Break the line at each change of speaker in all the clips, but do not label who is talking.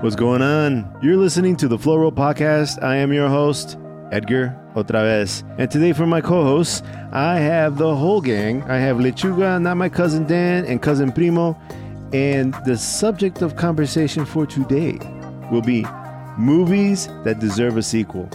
What's going on? You're listening to the Flow Roll Podcast. I am your host, Edgar Otravez. And today, for my co hosts, I have the whole gang. I have Lechuga, not my cousin Dan, and cousin Primo. And the subject of conversation for today will be movies that deserve a sequel.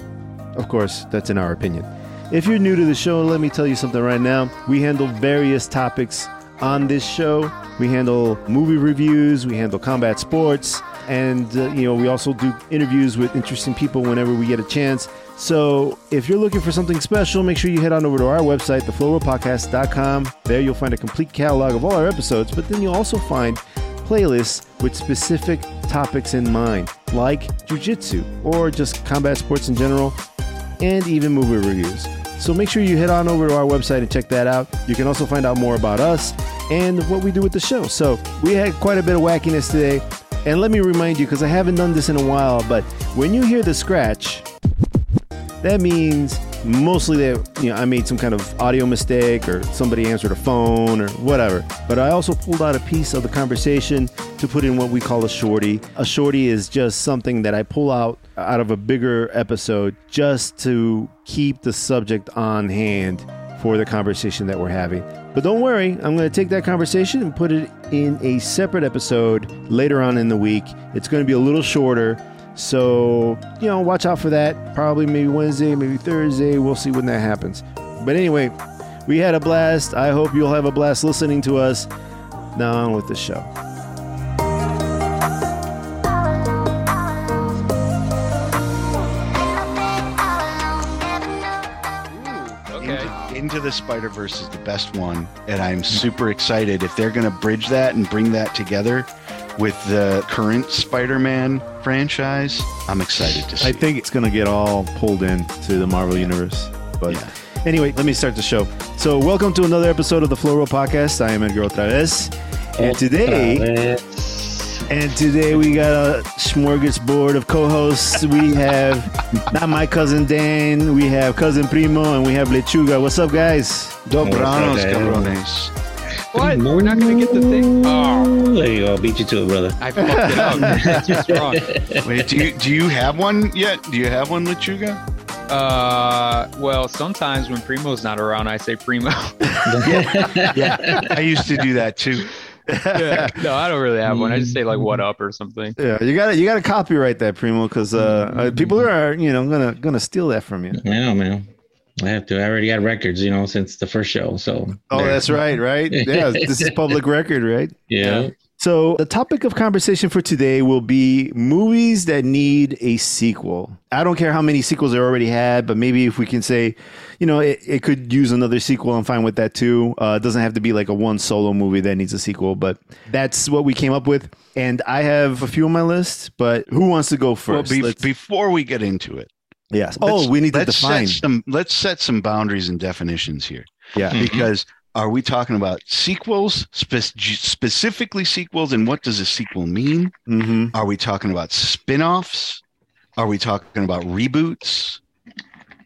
Of course, that's in our opinion. If you're new to the show, let me tell you something right now. We handle various topics on this show. We handle movie reviews, we handle combat sports, and uh, you know, we also do interviews with interesting people whenever we get a chance. So, if you're looking for something special, make sure you head on over to our website, theflowrollpodcast.com. There you'll find a complete catalog of all our episodes, but then you'll also find playlists with specific topics in mind, like jujitsu or just combat sports in general, and even movie reviews. So make sure you head on over to our website and check that out. You can also find out more about us and what we do with the show. So we had quite a bit of wackiness today. And let me remind you, because I haven't done this in a while, but when you hear the scratch, that means mostly that you know I made some kind of audio mistake or somebody answered a phone or whatever. But I also pulled out a piece of the conversation to put in what we call a shorty. A shorty is just something that I pull out out of a bigger episode just to keep the subject on hand for the conversation that we're having. But don't worry, I'm going to take that conversation and put it in a separate episode later on in the week. It's going to be a little shorter. So, you know, watch out for that. Probably maybe Wednesday, maybe Thursday. We'll see when that happens. But anyway, we had a blast. I hope you'll have a blast listening to us. Now on with the show.
Okay.
Into, Into the Spider Verse is the best one, and I'm super excited if they're going to bridge that and bring that together with the current Spider-Man franchise. I'm excited to see.
I
it.
think it's going to get all pulled into the Marvel Universe. But
Yeah.
anyway, let me start the show. So, welcome to another episode of the Flow Roll Podcast. I am Edgar Otravez. And today, and today we got a smorgasbord of co-hosts. We have not my cousin Dan, we have cousin Primo, and we have Lechuga. What's up, guys?
Dobranos,
Okay.
cabrones.
What? We're not gonna get the thing. Oh,
There you go. I beat you to it, brother.
I fucked it up. That's wrong.
Wait, do you do you have one yet? Do you have one, Lechuga?
Uh, well, sometimes when Primo's not around, I say Primo.
Yeah, I used to do that too.
no, I don't really have one. I just say like "What up" or something.
Yeah, you got to you got to copyright that, Primo, because uh, uh, people are you know gonna gonna steal that from you.
I know, man. I have to. I already got records, you know, since the first show. So.
Oh, that's right, right? Yeah, this is public record, right?
Yeah.
So, the topic of conversation for today will be movies that need a sequel. I don't care how many sequels they already had, but maybe if we can say, you know, it, it could use another sequel, I'm fine with that too. Uh, it doesn't have to be like a one solo movie that needs a sequel, but that's what we came up with. And I have a few on my list, but who wants to go
Well,
first?
be-
Let's-
before we get into it,
yes. Oh,
let's-
we need to
let's
define.
Set some, let's set some boundaries and definitions here.
Yeah.
because are we talking about sequels, spe- specifically sequels, and what does a sequel mean?
hmm
Are we talking about spin-offs? Are we talking about reboots?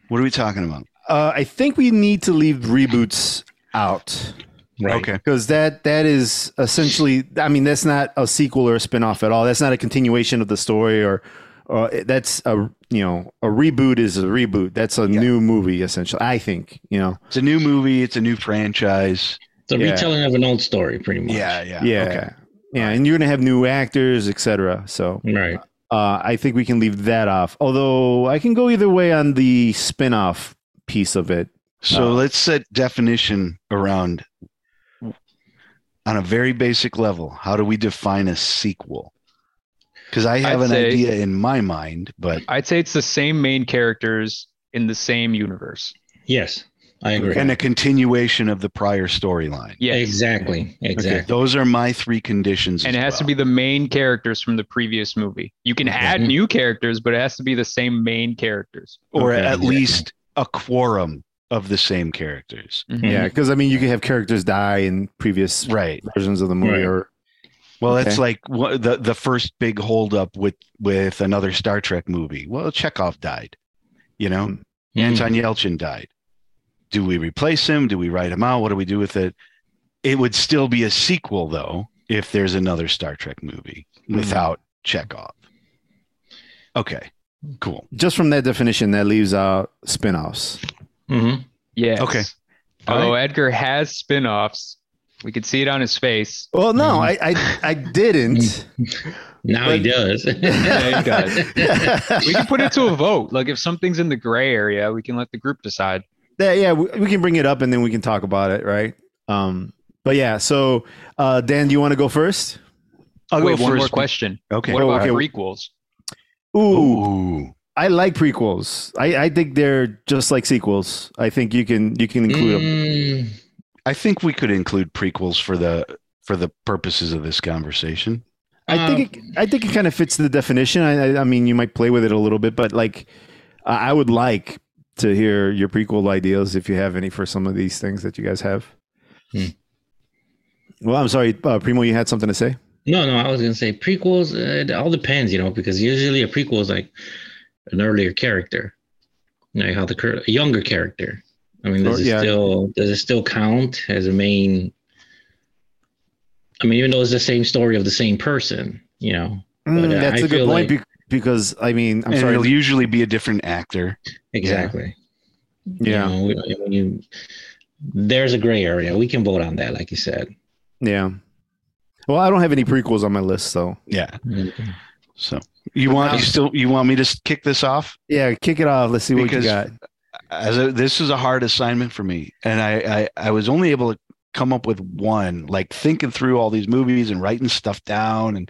What are we talking about?
uh, I think we need to leave reboots out.
Right.
Okay.
because that that is essentially i mean that's not a sequel or a spin-off at all that's not a continuation of the story or uh, that's a you know a reboot is a reboot that's a
Yeah.
new movie essentially i think you know
It's a new movie, it's a new franchise.
It's a
Yeah.
retelling of an old story, pretty much.
yeah.
yeah
Okay.
yeah and you're gonna have new actors etc so
Right.
uh, i think we can leave that off although i can go either way on the spin-off piece of it
So
Uh,
let's set definition around on a very basic level. How do we define a sequel? Because I have
I'd
an
say-
idea in my mind, but
I'd say it's the same main characters in the same universe.
Yes. I agree.
and a continuation of the prior storyline.
Yes.
Exactly. Exactly.
Those are my three conditions.
And it
as
has to
well.
be the main characters from the previous movie. You can add
Mhm.
new characters, but it has to be the same main characters.
or
Okay.
at least a quorum of the same characters.
Mhm.
yeah because i mean you could have characters die in previous
Right.
versions of the movie
Right.
or
Well,
Okay.
that's like wha- the the first big holdup with with another Star Trek movie. Well, Chekhov died, you know.
Mm.
Mm-hmm.
Anton Yelchin died. Do we replace him? Do we write him out? What do we do with it? It would still be a sequel, though, if there's another Star Trek movie
Mm.
without Chekhov. Okay, cool.
Just from that definition, that leaves out spin-offs.
Mm-hmm.
Yes.
Okay. All
Oh, Edgar has spin-offs. We could see it on his face.
Well, no, I I, I didn't.
Now he
But-
does.
Yeah, he We can put it to a vote. Like if something's in the gray area, we can let the group decide.
Yeah, yeah, we, we can bring it up and then we can talk about it, right? Um, but yeah, so uh, Dan, do you want to go first?
I'll
Wait, one more
first.
question.
Okay.
What about
okay.
prequels?
Ooh,
Ooh.
I like prequels. I, I think they're just like sequels. I think you can you can include them.
Mm,
I think we could include prequels for the for the purposes of this conversation.
I
Uh,
think it,
Um,
I think it kind of fits the definition. I, I I mean, you might play with it a little bit, but like I I would like to hear your prequel ideas if you have any for some of these things that you guys have.
Hmm.
Well, I'm sorry, uh, Primo, you had something to say.
No, no, I was gonna say prequels. uh, It all depends, you know, because usually a prequel is like an earlier character, like how the cur- a younger character. I mean, does
Or-
it
yeah.
still does it still count as a main? I mean, even though it's the same story of the same person, you know,
Mm,
uh,
that's
I
a good
feel
point
like-
bec- because I mean, I'm
and
sorry.
it'll usually be a different actor.
exactly. You
Yeah,
know, we- when you, there's a gray area. We can vote on that, like you said.
yeah. Well, I don't have any prequels on my list, so
Yeah. So you want you still you want me to s- kick this off?
yeah, kick it off. Let's see what
Because-
you got.
As a, this is a hard assignment for me, and I, I I was only able to come up with one. Like thinking through all these movies and writing stuff down, and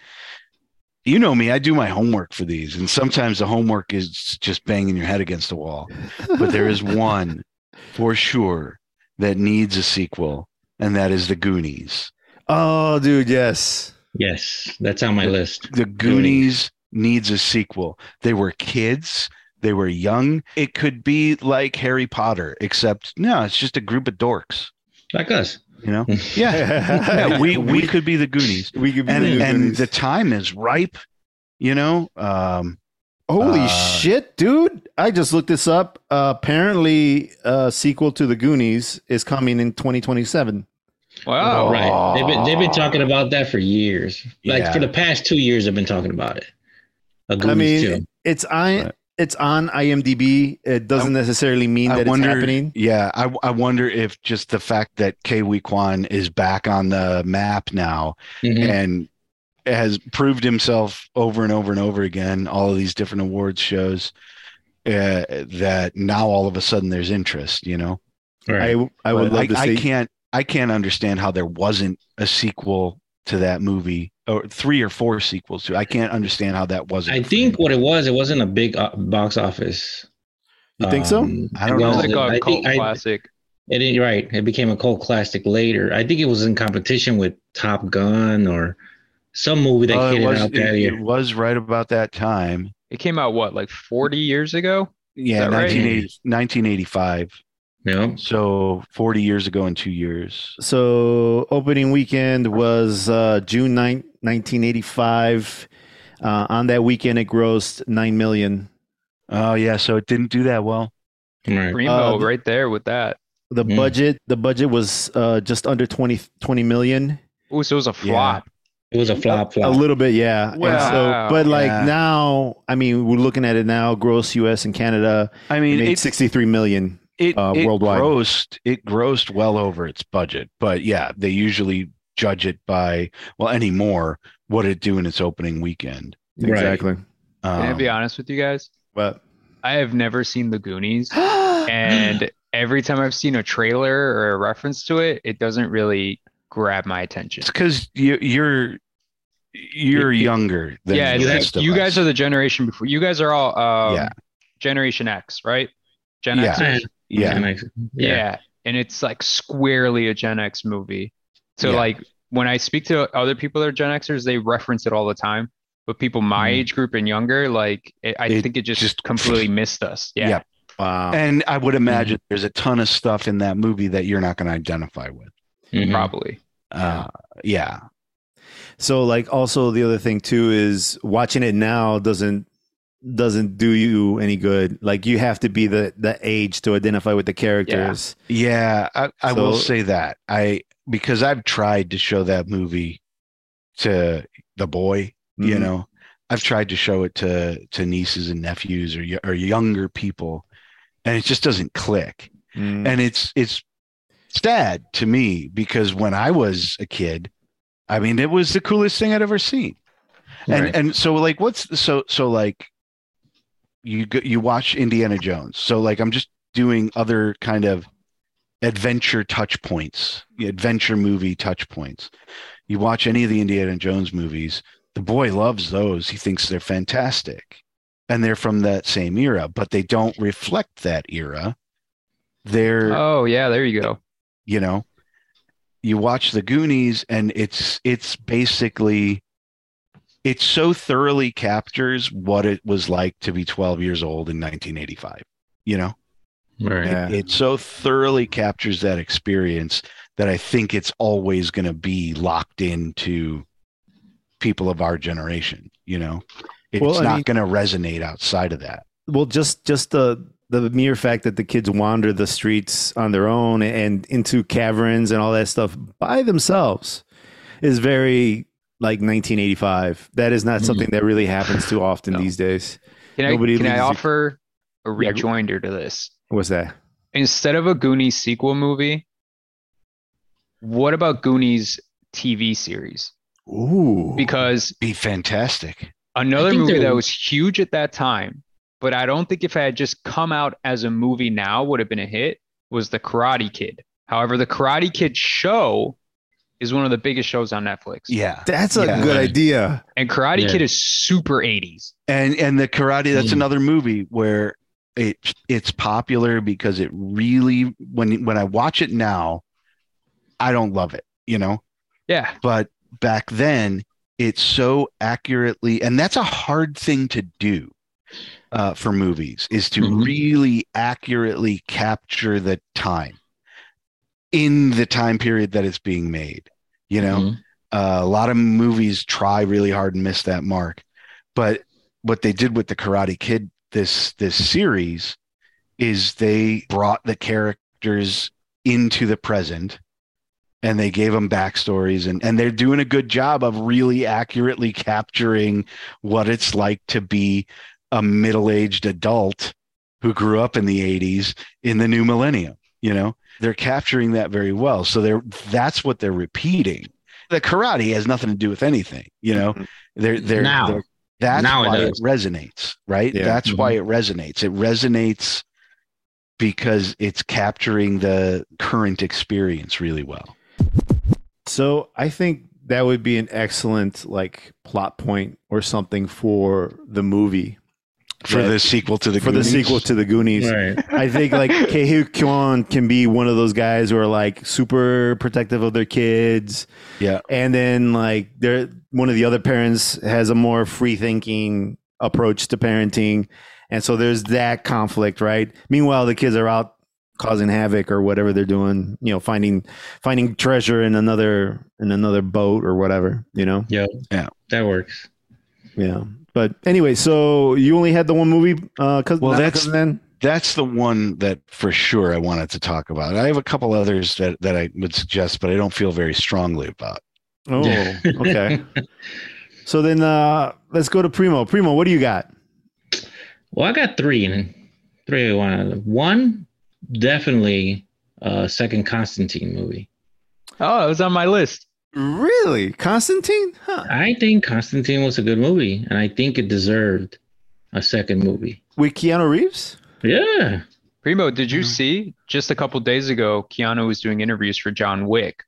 you know me, I do my homework for these, and sometimes the homework is just banging your head against the wall. But there is one for sure that needs a sequel, and that is the Goonies.
oh, dude, yes.
Yes, that's on my list.
The Goonies needs a sequel. They were kids, they were young. It could be like Harry Potter, except no, it's just a group of dorks,
Like us.
you know? Yeah. yeah we we could be the Goonies.
we could be
And
the
and
Goonies.
the time is ripe, you know? Um
Holy
Uh,
shit, dude! I just looked this up. Uh, apparently, a sequel to The Goonies is coming in 2027.
Wow.
Oh, Right. They've been, they've been talking about that for years. Like
Yeah.
for the past two years, they've been talking about it. A
I mean,
Goonies too.
it's I.
Right.
It's on IMDb. It doesn't necessarily mean
I
that
wonder,
it's happening.
yeah. I, I wonder if just the fact that Kwee Kwan is back on the map now
Mhm.
and has proved himself over and over and over again all of these different awards shows uh, that now all of a sudden there's interest you know
Right.
I I would
But
love to
I,
see.
can't i can't understand how there wasn't a sequel to that movie or three or four sequels to i can't understand how that wasn't
I
a thing.
think what it was, it wasn't a big uh, box office.
You think so?
Um,
I don't
it
know.
It's
was-
like a
I
cult
think I,
classic.
it ain't right. It became a cult classic later. I think it was in competition with Top Gun or some movie that
Oh, it,
hit it
was,
out that
it-
year.
it was right about that time
It came out what, like 40 years ago?
yeah
that right?
1980, 1985
No,
so 40 years ago in two years
So opening weekend was uh, June 9, 1985. Uh, on that weekend, it grossed nine million.
oh yeah so it didn't do that well
right.
Primo
Uh,
right there with that.
The
Hmm.
Mm.
budget the budget was uh, just under 20, 20 million.
Oh, so it was a flop.
It was a flop
A
flop.
little bit, yeah. And
Wow.
so, but like
Yeah.
now, I mean, we're looking at it now. Gross U.S. and Canada
i mean
made
it's
sixty-three million.
it,
uh,
it
worldwide.
grossed it grossed well over its budget but yeah they usually judge it by well anymore what it do in its opening weekend
Right.
Exactly.
um,
Can I be honest with you guys?
But
I have never seen The Goonies. and every time I've seen a trailer or a reference to it, it doesn't really grab my attention.
it's because you, you're you're
You-
younger than
yeah,
the
it's like
rest of
you
us.
guys are the generation before. You guys are all um,
Yeah.
Generation X, right? Gen
Yeah.
X.
yeah.
yeah
Yeah.
yeah.
and it's like squarely a Gen X movie. So
Yeah.
like when I speak to other people that are Gen Xers, they reference it all the time. But people my
Mhm.
age group and younger, like it, I
It
think it just,
just-
completely missed us. Yeah.
Yeah.
wow.
and i would
Mm-hmm.
imagine there's a ton of stuff in that movie that you're not going to identify with
Mhm.
probably.
uh yeah
so like, also the other thing too is watching it now doesn't doesn't do you any good. Like you have to be the the age to identify with the characters.
Yeah, I, I will
So-
say that. I because I've tried to show that movie to the boy, you
Mhm.
know, I've tried to show it to to nieces and nephews or y- or younger people, and it just doesn't click.
Mm.
And it's it's sad to me because when I was a kid, I mean, it was the coolest thing I'd ever seen. And
Right.
and so like, what's so so like, you go, you watch Indiana Jones. So like, I'm just doing other kind of adventure touch points, adventure movie touch points. You watch any of the Indiana Jones movies, the boy loves those. He thinks they're fantastic. And they're from that same era, but they don't reflect that era. They're
Oh yeah, there you go.
you know you watch the goonies and it's it's basically it so thoroughly captures what it was like to be 12 years old in 1985 you know
Right.
Yeah.
it so thoroughly captures that experience that i think it's always going to be locked into people of our generation you know it's
Well, I
not
mean-
going to resonate outside of that
well just just the the mere fact that the kids wander the streets on their own and into caverns and all that stuff by themselves is very like 1985 that is not
Mhm.
something that really happens too often
No.
these days
Can I
Nobody
can I
leaves you-
offer a
Yeah, go-
rejoinder to this?
what's that
Instead of a Goonies sequel movie, what about Goonies TV series?
ooh
Because
be fantastic
another
think
movie
there
that
w-
was huge at that time, but I don't think if it had just come out as a movie now would have been a hit was The Karate Kid. However, The Karate Kid show is one of the biggest shows on Netflix.
yeah
that's a
Yeah.
good idea
And Karate
Yeah.
Kid is super 80s.
and and the karate that's
Mm.
another movie where it it's popular because it really when when i watch it now i don't love it you know
Yeah.
but back then it's so accurately and that's a hard thing to do uh, for movies is to
Mhm.
really accurately capture the time in the time period that it's being made you know
Mhm.
uh, a lot of movies try really hard and miss that mark but what they did with the karate kid this this series is they brought the characters into the present and they gave them backstories and, and they're doing a good job of really accurately capturing what it's like to be a middle-aged adult who grew up in the 80s in the new millennium you know they're capturing that very well so they're that's what they're repeating the karate has nothing to do with anything you know they're they're,
Mm-hmm. Now.
they're- that's
Now it
why it
does.
resonates right
Yeah.
that's why it resonates it resonates because it's capturing the current experience really well
So I think that would be an excellent like plot point or something for the movie
for
Yeah.
the sequel to the
for the sequel to the Goonies.
Right.
I think like Kehu Kwan can be one of those guys who are like super protective of their kids.
Yeah.
And then like they're one of the other parents has a more free thinking approach to parenting. And so there's that conflict, right? Meanwhile, the kids are out causing havoc or whatever they're doing, you know, finding finding treasure in another in another boat or whatever, you know.
That works.
Yeah. But anyway, so you only had the one movie uh cuz
Well, that's-
then
that's the one that for sure I wanted to talk about. I have a couple others that that I would suggest, but I don't feel very strongly about.
Oh, okay. So then uh, let's go to Primo. Primo, what do you got?
Well, I got three and three. One, one definitely uh, second Constantine movie.
Oh, it was on my list.
Really? Constantine? Huh.
I think Constantine was a good movie, and I think it deserved a second movie.
With Keanu Reeves?
Yeah.
Primo, did you
Mm-hmm.
Mhm.
see just a couple days ago, Keanu was doing interviews for John Wick,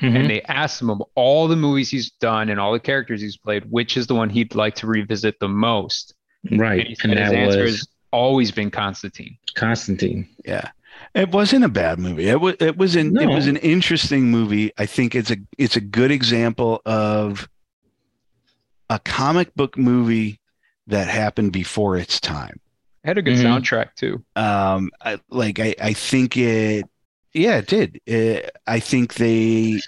and
Mhm.
they asked him of all the movies he's done and all the characters he's played, which is the one he'd like to revisit the most? And he
Right.
said
And
his
that
answer
was
has always been Constantine.
Constantine.
Yeah. It wasn't a bad movie. It was it was an it was
No.
an interesting movie. I think it's a it's a good example of a comic book movie that happened before its time.
It had a good
Mm-hmm.
Mhm.
soundtrack too.
um I, like I, I think it yeah it did Uh i think they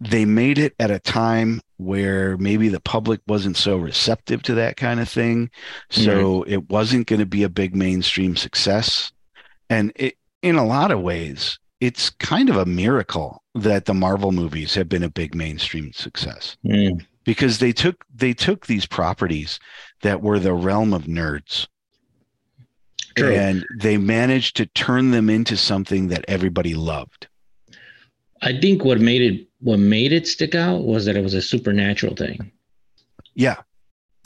they made it at a time where maybe the public wasn't so receptive to that kind of thing so it wasn't going to be a big mainstream success and it in a lot of ways it's kind of a miracle that the marvel movies have been a big mainstream success
Mm.
because they took they took these properties that were the realm of nerds
True.
and they managed to turn them into something that everybody loved.
I think what made it what made it stick out was that it was a supernatural thing,
Yeah,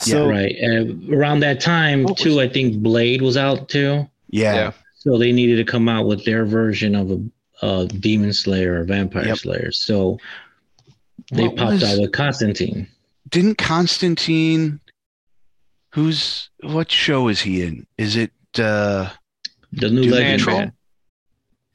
So
right? And around that time
What was-
too, I think Blade was out too,
yeah,
Yeah.
so they needed to come out with their version of a, a demon slayer or vampire
Yep.
slayer. So they
What
popped
was-
out with Constantine.
Didn't Constantine? Who's what show is he in? Is it uh
The new
Do they
legend.
control?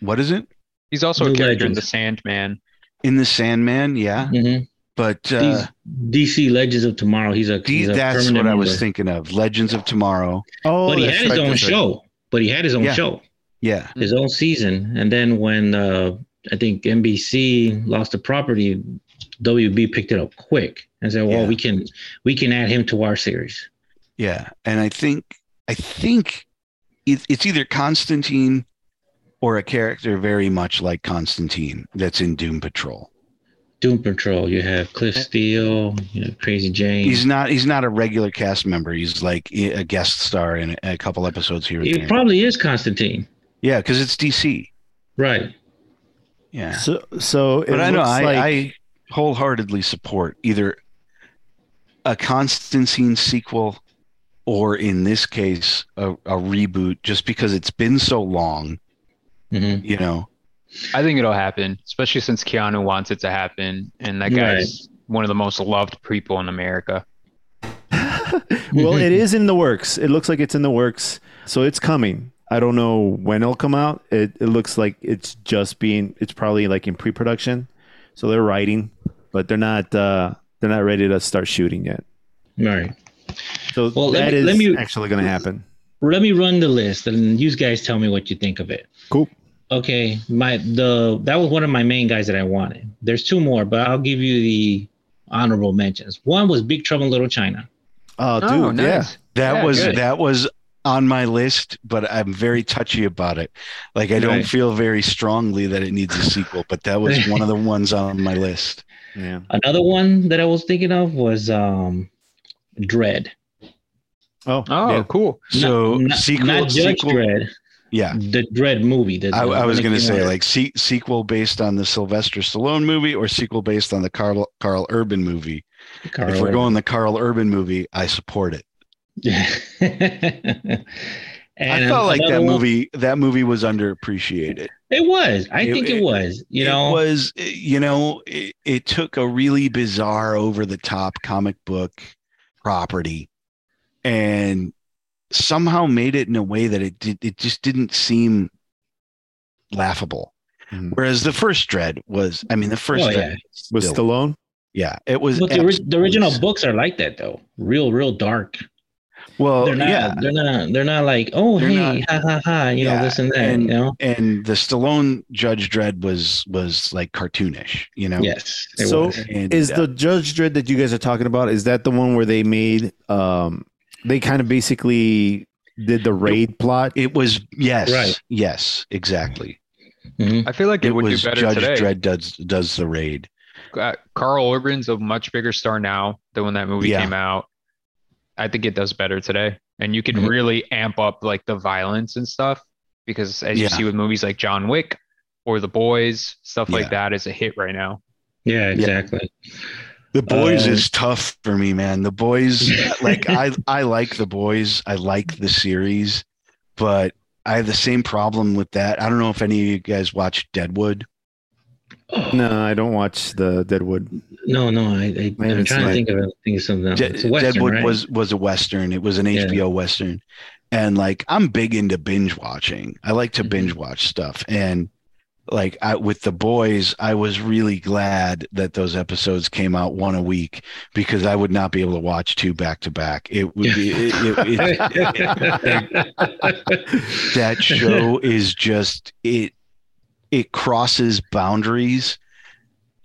what is it
He's also a
New
character in
Legends.
The Sandman.
in the Sandman? Yeah,
Mhm.
but uh,
These DC Legends of Tomorrow. He's a,
D-
he's a
that's what
permanent
I was
member.
thinking of. Legends of Tomorrow.
oh,
But he
that's
had his
right,
own
that's right.
show. But he had his own
Yeah.
show,
Yeah,
his own season. And then when uh, I think NBC lost the property, WB picked it up quick and said, "Well,
Yeah.
we can we can add him to our series."
yeah, and I think I think it, it's either Constantine or a character very much like Constantine that's in Doom Patrol.
Doom Patrol. You have Cliff Steele. You know, Crazy Jane.
He's not he's not a regular cast member. He's like a guest star in a, a couple episodes here. and
it
there.
probably is Constantine,
yeah, because it's DC.
right?
Yeah,
So, so it
but I know
looks
I,
like
I wholeheartedly support either a Constantine sequel or, in this case, a, a reboot, just because it's been so long.
hmm
You know,
I think it'll happen, especially since Keanu wants it to happen, and that
Right.
guy's one of the most loved people in America.
well, it is in the works. It looks like it's in the works, so it's coming. I don't know when it'll come out. It, it looks like it's just being. It's probably like in pre-production, so they're writing, but they're not. Uh, they're not ready to start shooting yet.
Right.
So
Well, let
that
me-
is
let me-
actually going to happen.
Let me run the list, and you guys tell me what you think of it.
Cool.
Okay, my the that was one of my main guys that I wanted. There's two more, but I'll give you the honorable mentions. One was Big Trouble in Little China.
Oh, dude, yeah.
that
Yeah,
was
good.
that was on my list, but I'm very touchy about it. Like I don't
Right.
feel very strongly that it needs a sequel, but that was one of the ones on my list.
Yeah.
Another one that I was thinking of was um Dread.
Oh,
Oh,
yeah.
cool.
So Oh, sequel,
not Judge
sequel,
Dread,
yeah.
the Dread movie. The,
I,
the
I was
one that
going to
came
say
out.
like se- sequel based on the Sylvester Stallone movie or sequel based on the Carl Carl Urban movie.
Carl
if we're going the Carl Urban movie, I support it.
and
I felt like
another
that
one-
movie that movie was underappreciated.
It was. I
It-
think it,
it-
was. You know.
it was you know it, it took a really bizarre over the top comic book property and somehow made it in a way that it did it just didn't seem laughable.
Mhm.
Whereas the first dread was, I mean, the first
Oh,
dread
yeah.
was
with
still-
Stallone.
Yeah, it was.
But the, ori- the
absolutely-
original books are like that though. Real, real dark.
Oh,
Well,
they're not.
yeah,
They're not. They're not like, oh
They're
hey, ha ha ha. You
Yeah,
know this and that.
and-
you know.
and the Stallone Judge Dredd was was like cartoonish, you know.
Yes. It
So-
was.
And,
Is
uh,
the Judge Dredd that you guys are talking about? Is that the one where they made? Um, they kind of basically did the raid plot.
it was yes,
Right.
yes, exactly.
Mhm.
I feel like it,
It
would do
was
better
Judge
today.
Dredd does does the raid.
uh, Carl Urban's a much bigger star now than when that movie
Yeah.
came out. I think it does better today, and you can
Mm-hmm.
Mhm.
really amp up like the violence and stuff because, as
Yeah.
you see with movies like John Wick or The Boys, stuff
Yeah.
like that is a hit right now.
Yeah. Exactly.
The boys
Um,
is tough for me, man. The boys, like I I like the boys. I like the series, but I have the same problem with that. I don't know if any of you guys watched Deadwood.
Oh, no.
No, I don't watch the Deadwood.
no, I, I,
Man,
I'm
it's
trying to
like-
think of it. Think of something else.
De-
it's a Western,
Deadwood
right?
was was a western. It was an
Yeah.
HBO western, and like I'm big into binge watching. I like to
Mhm.
binge watch stuff, and like I, with the boys, I was really glad that those episodes came out one a week because I would not be able to watch two back to back. It would be it, it, it, that show is just it it crosses boundaries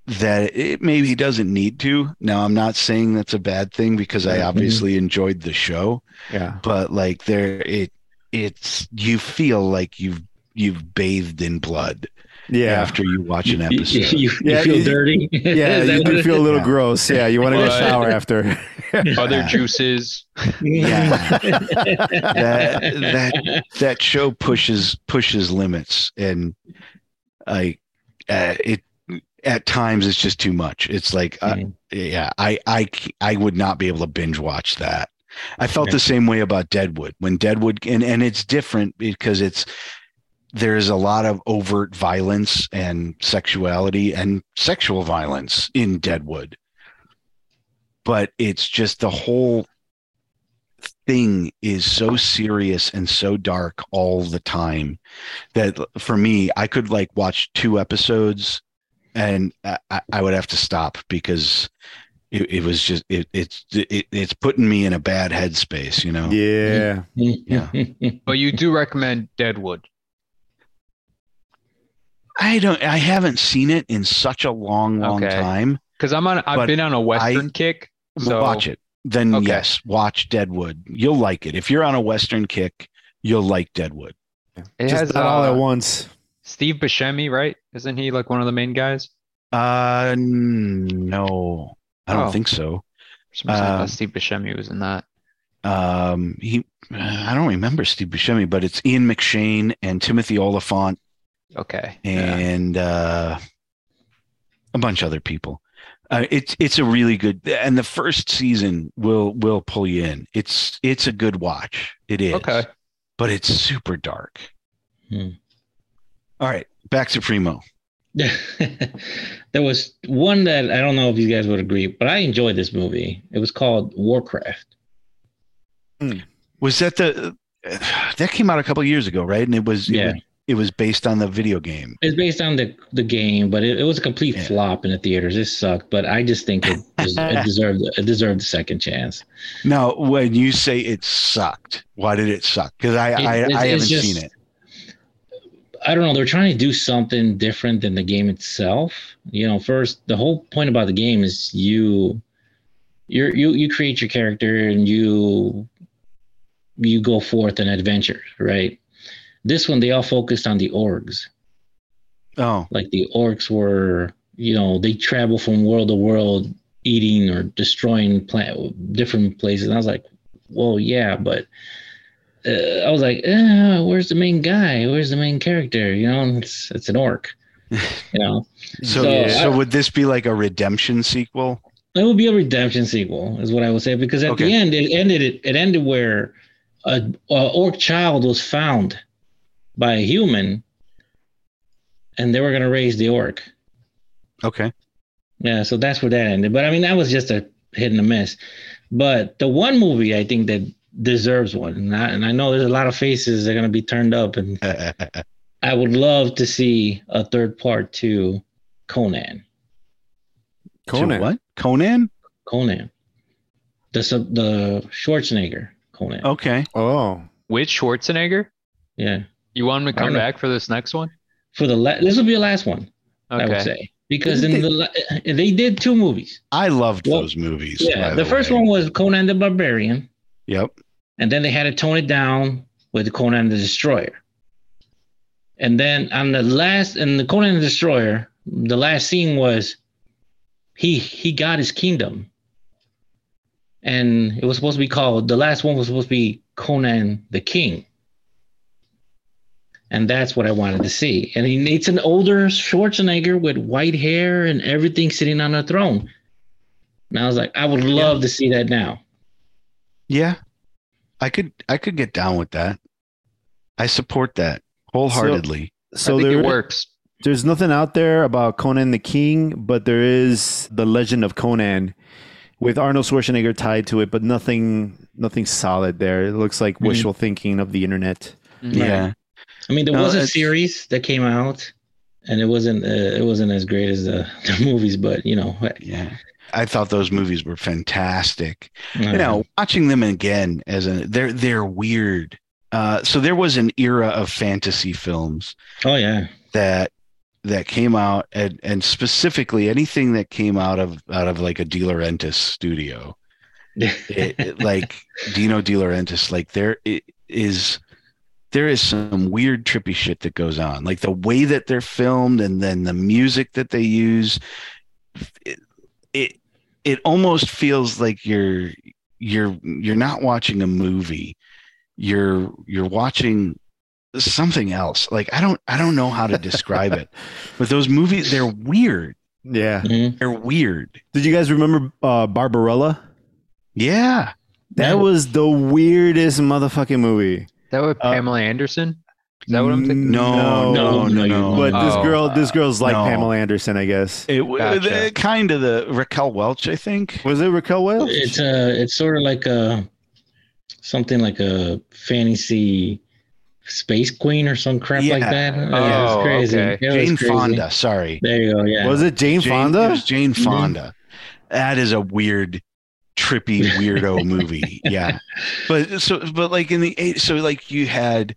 that it maybe doesn't need to now i'm not saying that's a bad thing because i
Mhm.
obviously enjoyed the show
Yeah.
but like there it it's you feel like you've you've bathed in blood
Yeah.
after you watch an
You,
episode.
you,
Yeah,
you feel
you-
dirty.
Yeah,
Is that
you
what
do
it
feel a
is?
little
Yeah.
gross. Yeah, you want to go
But-
shower after.
Other juices.
Yeah. That- that- that show pushes pushes limits and i uh, it at times it's just too much it's like uh,
Mhm.
yeah I, I c- I would not be able to binge watch that i felt
Yeah.
the same way about deadwood when deadwood and and it's different because it's there's a lot of overt violence and sexuality and sexual violence in deadwood but it's just the whole thing is so serious and so dark all the time that for me i could like watch two episodes and i, I- I would have to stop because it, it was just it, it's it, it's putting me in a bad headspace you know
yeah.
Yeah.
But you do recommend Deadwood.
i don't i haven't seen it in such a long long
Okay.
time
Because I'm on I've
But
been on a Western kick. So
watch it then
Okay.
yes watch deadwood you'll like it if you're on a western kick you'll like deadwood
It
Just
has
not all
uh,
at once.
Steve Buscemi, right? Isn't he like one of the main guys?
uh no i don't
Oh.
think so
For some reason, I thought
Um,
Steve Buscemi was in that.
um he i don't remember steve buscemi but it's ian mcshane and timothy oliphant
Okay. yeah.
and uh a bunch of other people uh, it's it's a really good and the first season will will pull you in it's it's a good watch it is
Okay.
but it's super dark
Hmm.
all right back to primo
there was one that I don't know if you guys would agree, but I enjoyed this movie. It was called Warcraft.
was that the that came out a couple years ago right and it was it,
Yeah.
was, it was based on the video game
It's based on the the game, but it, it was a complete
Yeah.
flop in the theaters. It sucked, but I just think it, des- it deserved it deserved a second chance.
Now, when you say it sucked, why did it suck? Because I,
It-
I,
it's-
I haven't
it's just-
seen it.
I don't know. They're trying to do something different than the game itself. You know, first the whole point about the game is you, you're, you you create your character and you you go forth on adventure, right? This one they all focused on the orgs.
Oh,
Like the orcs were, you know, they travel from world to world, eating or destroying plant different places. And I was like, well, yeah, but uh, I was like, eh, where's the main guy? Where's the main character? You know, and it's it's an orc. You know,
so
So,
so
I-
would this be like a redemption sequel?
it would be a redemption sequel, is what I would say, because at
Okay.
the end it ended it, it ended where a, a orc child was found by a human, and they were gonna raise the orc.
Okay,
Yeah, so that's where that ended. But I mean, that was just a hit and a miss. But the one movie I think that deserves one, and I, and I know there's a lot of faces that are gonna be turned up, and I would love to see a third part to Conan.
Conan.
To what? Conan?
Conan, the sub- the Schwarzenegger Conan.
Okay,
Oh.
With Schwarzenegger?
Yeah,
You want him to
I don't
come
know.
back for this next one?
for the la- this will be the last one I would
Okay.
say because in
Didn't
the la- they did two movies.
I loved
Well,
those movies.
Yeah,
by
the first
way.
one was Conan the Barbarian,
Yep.
And then they had to tone it down with Conan the Destroyer. And then on the last in the Conan the Destroyer, the last scene was he he got his kingdom. And it was supposed to be called the last one was supposed to be Conan the King. And that's what I wanted to see. And he, it's an older Schwarzenegger with white hair and everything sitting on a throne. And I was like, I would love to see that now.
Yeah, I could I could get down with that. I support that wholeheartedly.
So
I think it
there,
works.
there's nothing out there about Conan the King, but there is the Legend of Conan with Arnold Schwarzenegger tied to it, but nothing, nothing solid there. It looks
Hmm.
like wishful thinking of the internet.
yeah,
I mean, there
No,
was a
it's-
series that came out, and it wasn't uh, it wasn't as great as the, the movies, but you know, I-
yeah. I thought those movies were fantastic.
I
you
don't
know, watching them again as a they're they're weird. Uh, so there was an era of fantasy films
Oh yeah,
that that came out and and specifically anything that came out of out of like a De Laurentiis studio, it, it- like Dino De Laurentiis, like there i- is there is some weird trippy shit that goes on like the way that they're filmed and then the music that they use it it, it almost feels like you're you're you're not watching a movie you're you're watching something else like i don't i don't know how to describe it but those movies they're weird
Yeah.
Mhm.
they're weird
Did you guys remember uh, Barbarella?
yeah
That
No.
was the weirdest motherfucking movie.
that with
Uh,
Pamela Anderson? Is that what I'm thinking?
no no no no,
No, no, you're
But this
Oh,
girl, this girl's like
no.
Pamela Anderson, I guess.
it was
Gotcha.
uh, kind of the raquel welch i think
Was it Raquel
Oh.
Welch?
It's uh it's sort of like a something like a fantasy space queen or some crap like
Yeah.
that.
Oh,
yeah, it's crazy.
okay.
It was
jane
crazy.
fonda sorry
There you go. Yeah.
was it Jane,
Jane- it
Fonda? Mm-hmm.
was Jane Fonda. That is a weird, trippy, weirdo movie. Yeah, but so but like in the eight, so like you had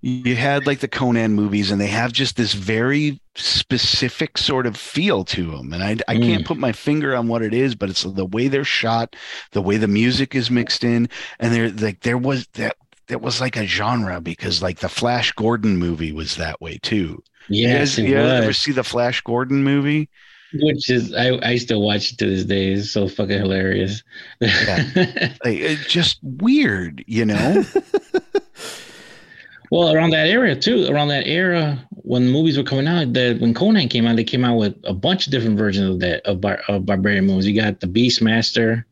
you had like the Conan movies, and they have just this very specific sort of feel to them, and I I
Mm.
can't put my finger on what it is, but it's the way they're shot, the way the music is mixed in, and there like there was that. That was like a genre because like the Flash Gordon movie was that way too.
yes,
you
it
guys, you guys ever
was.
see the Flash Gordon movie?
Which is I, I still watch it to this day. It's so fucking hilarious.
like it's just weird, you know?
well, around that era too, around that era when movies were coming out, that when Conan came out, they came out with a bunch of different versions of that of, bar, of barbarian movies. You got the Beastmaster,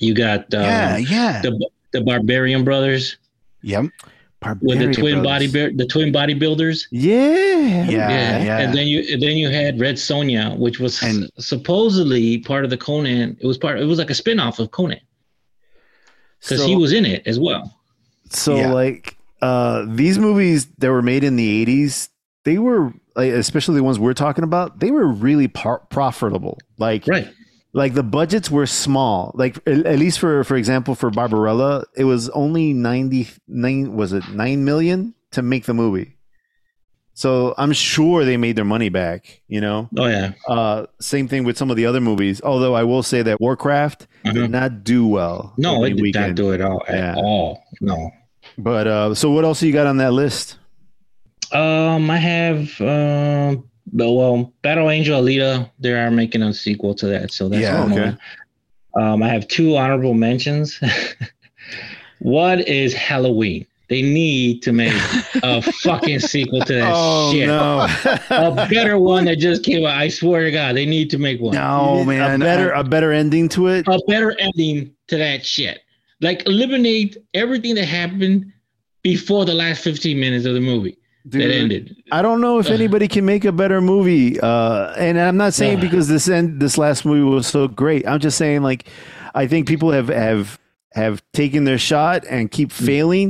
you got uh,
yeah, yeah.
the the Barbarian Brothers
yep.
with
Barbarian
the twin
Brothers.
body the twin bodybuilders.
Yeah.
Yeah.
and then you and then you had Red Sonia, which was
And-
s- supposedly part of the Conan. It was part. It was like a spin-off of Conan because
so,
he was in it as well.
so
Yeah.
like uh these movies that were made in the 80s, they were like, especially the ones we're talking about, they were really par- profitable. Like
Right.
like the budgets were small like at at least for for example for barbarella it was only 99 was it 9 million to make the movie so i'm sure they made their money back you know
Oh yeah.
uh same thing with some of the other movies although i will say that warcraft
Uh-huh.
did not do well
No, it
opening
did
weekend.
not do it all
Yeah.
at all. No.
but uh so what else you got on that list
Um, I have um, but, well, Battle Angel Alita. They are making a sequel to that, so that's
Yeah,
one
okay.
more. Um, I have two honorable mentions. One is Halloween. They need to make a fucking sequel to that
oh
shit. a
no
better one that just came out. I swear to God, they need to make one.
No, man.
a better
I-
a better ending to it
A better ending to that shit. Like eliminate everything that happened before the last 15 minutes of the movie that ended.
I don't know if
Ugh.
anybody can make a better movie. Uh, and I'm not saying
Ugh.
because this end, this last movie was so great. I'm just saying like, I think people have have have taken their shot and keep
Mm.
failing,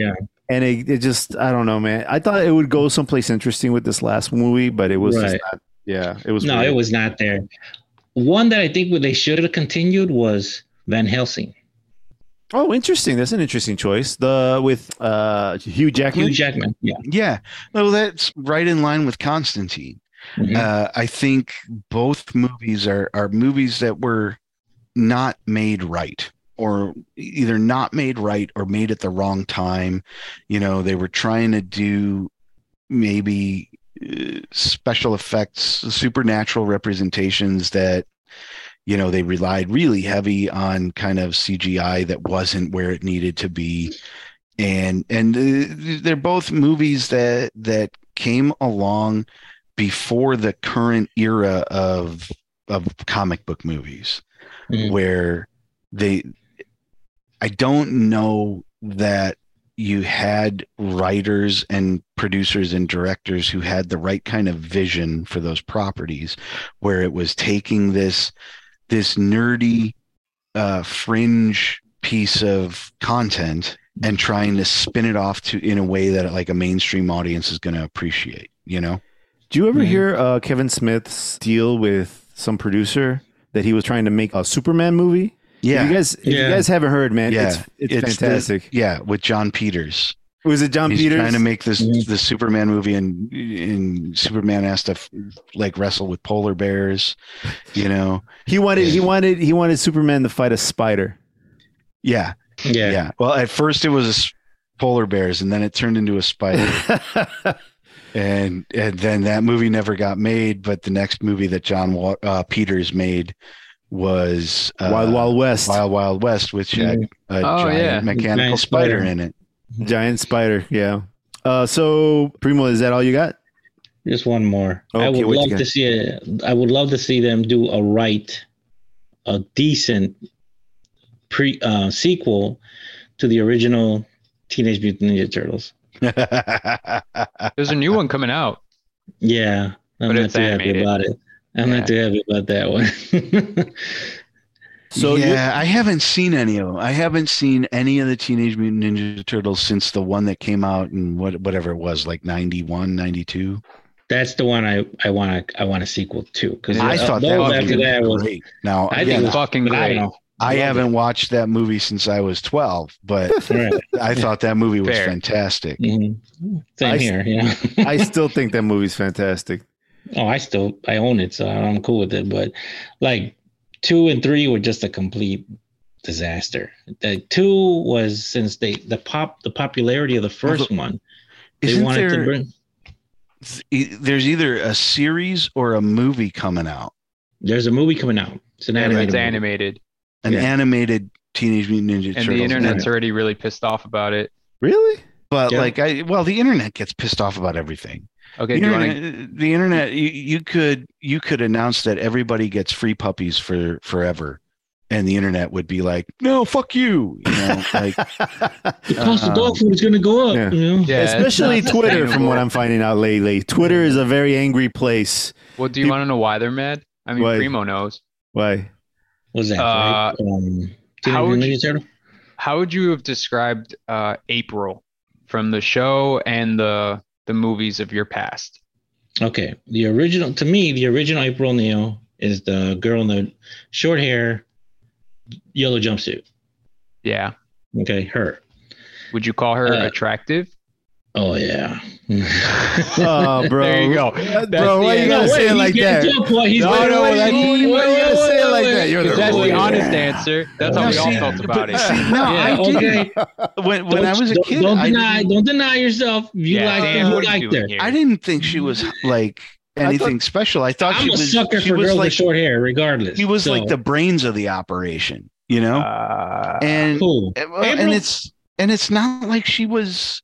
Yeah.
and it, it just I don't know, man. I thought it would go someplace interesting with this last movie, but it was just
Right.
not. Yeah, it was.
no,
weird.
it was not there. One that I think what they should have continued was Van Helsing.
Oh, interesting. That's an interesting choice. The with uh Hugh Jackman.
Hugh Jackman. Yeah.
yeah. No, that's right in line with Constantine.
Mhm.
Uh, I think both movies are are movies that were not made right or either not made right or made at the wrong time. You know, they were trying to do maybe uh, special effects, supernatural representations that you know they relied really heavy on kind of CGI that wasn't where it needed to be and and uh, they're both movies that that came along before the current era of of comic book movies
Mhm.
where they I don't know that you had writers and producers and directors who had the right kind of vision for those properties where it was taking this this nerdy uh fringe piece of content and trying to spin it off to in a way that like a mainstream audience is going to appreciate you know
Do you ever
Mhm.
hear uh, Kevin Smith's deal with some producer that he was trying to make a Superman movie? If you guys, if you
Yeah.
guys haven't heard, man,
Yeah.
it's, it's,
It's the-
fantastic.
yeah with john peters
Was it John
he's
Peters?
trying to make this
Mhm.
the Superman movie, and and Superman has to like wrestle with polar bears, you know?
he wanted he wanted he wanted Superman to fight a spider.
Yeah, yeah.
yeah.
Well, at first it was a s- polar bears, and then it turned into a spider.
Uh,
and and then that movie never got made. But the next movie that John Wa- uh, Peters made was uh,
Wild Wild West,
Wild Wild West, which had a
Oh,
Mm-hmm. giant
yeah.
mechanical
Giant
spider,
spider.
in it.
giant spider. Yeah. Uh, so Primo, is that all you got?
Just one more. I
Okay,
would
what you
love
got?
to see a, I would love to see them do a right, a decent pre uh, sequel to the original Teenage Mutant Ninja Turtles.
There's a new one coming out.
Yeah, I'm
But
not
it's
too happy
animated.
about it. I'm
Yeah.
not too happy about that one.
So you-
yeah, I haven't seen any of them. I haven't seen any of the Teenage Mutant Ninja Turtles since the one that came out in what whatever it was, like 91, 92.
That's the one I I want to I want a sequel to because
I thought that
those
was
after that was
great. Now,
I
again,
think it was
Fucking great.
phenomenal.
I
Love
haven't watched that movie since I was 12, but
Right.
I thought that movie was
Fair.
fantastic.
Mhm. Same
I s-
here. Yeah.
I still think that movie's fantastic.
oh, I still I own it, so I'm cool with it. But like two and three were just a complete disaster. The two was since they the pop the popularity of the first one they
Isn't
wanted
there
to bring.
e- there's either a series or a movie coming out,
There's a movie coming out. It's an
And
animated.
it's
movie.
animated,
an
Yeah.
animated Teenage Mutant Ninja
and
Turtles.
the
movie.
internet's already really pissed off about it.
Really?
but
Yeah.
like I well, the internet gets pissed off about everything.
Okay,
the
do you want to?
internet, the internet you, you could you could announce that everybody gets free puppies for forever, and the internet would be like, no, fuck you, you know, like.
The cost of
Um,
dog food is going to go up.
yeah.
You know?
Uh-huh. Yeah, it's
Especially
not
Twitter, from what
sustainable.
I'm finding out lately. Twitter is a very angry place.
Well, do you
Peop-
want to know why they're mad? I mean,
Why?
Primo knows.
Why?
Was that
Uh,
right? um,
how
Teenage Mutant
would you-
Ninja Turtle?
How would you have described uh, April from the show and the the movies of your past?
Okay, the original to me, the original April O'Neil is the girl in the short hair, yellow jumpsuit.
Yeah.
Okay, her.
Would you call her
Uh,
attractive?
Oh yeah.
Oh, bro.
There you go.
That-
That's
bro, why
the
you gotta
end.
say it like that? No,
Oh,
no, that's- why you gotta say it like that? You're the
That's the
ruler.
honest answer. That's how
No,
we all
see,
felt about
but
it.
see, no,
Yeah,
I didn't.
okay.
When, when I
Don't-
was a
don't-
kid,
don't
I
deny,
didn't-
don't deny yourself. You
Yeah,
like
damn,
her.
what
You
are you
like
doing
her.
here?
I didn't think she was like
thought-
anything special. I thought
I'm
she
a
was
sucker
she
for
was
girls
like
with short hair, regardless.
he was
So,
like the brains of the operation, you know?
Uh,
and
cool.
and- well, and
April-
it's and it's not like she was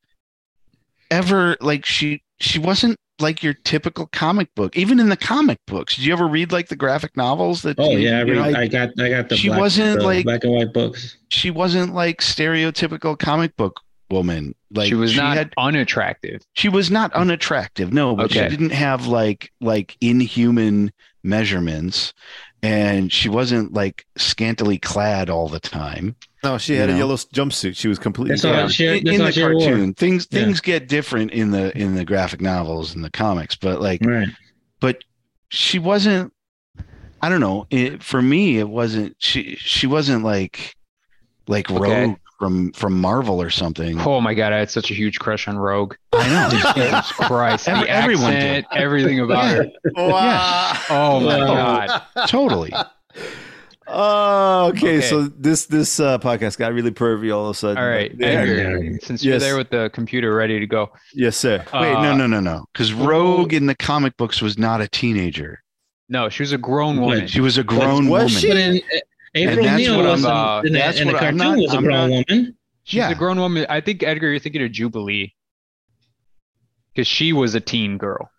ever like she she wasn't like your typical comic book. Even in the comic books, did you ever read like the graphic novels that
Oh
you-
yeah, I,
you know,
read, I got I got the
She
black,
wasn't,
the
like-
black and white books.
she wasn't like stereotypical comic book woman. Like
she was not
had-
unattractive.
She was not unattractive. No, but
Okay.
she didn't have like like inhuman measurements and she wasn't like scantily clad all the time.
No, Oh, she had
You
a
know.
yellow jumpsuit. She was completely.
That's all
brown.
right. She,
in,
that's
in
all
the
she wore.
cartoon things
Yeah.
things get different in the in the graphic novels and the comics, but like
Right.
but she wasn't I don't know, it, for me it wasn't she she wasn't like like
Okay.
Rogue from from Marvel or something.
Oh my god, I had such a huge crush on Rogue.
I know.
Jesus Christ,
Every-
the
everyone
accent, everything about her.
Wow.
Oh my
Wow.
god.
Totally.
Oh, okay,
Okay.
So this this uh, podcast got really pervy all of a sudden.
All right,
Yeah.
Edgar,
Yeah.
since
Yes.
you're there with the computer ready to go.
Yes, sir.
Wait,
uh,
no, no, no, no. Because Rogue in the comic books was not a teenager.
no, she was a grown
What?
woman.
She was a grown
was
woman.
she?
But in, uh, April
that's
O'Neil
what
was in,
I'm, uh,
in,
that's
the, in the
what I'm
cartoon
not-
was a
I'm
grown woman.
She's
Yeah.
a grown woman. I think Edgar, you're thinking of Jubilee, because she was a teen girl.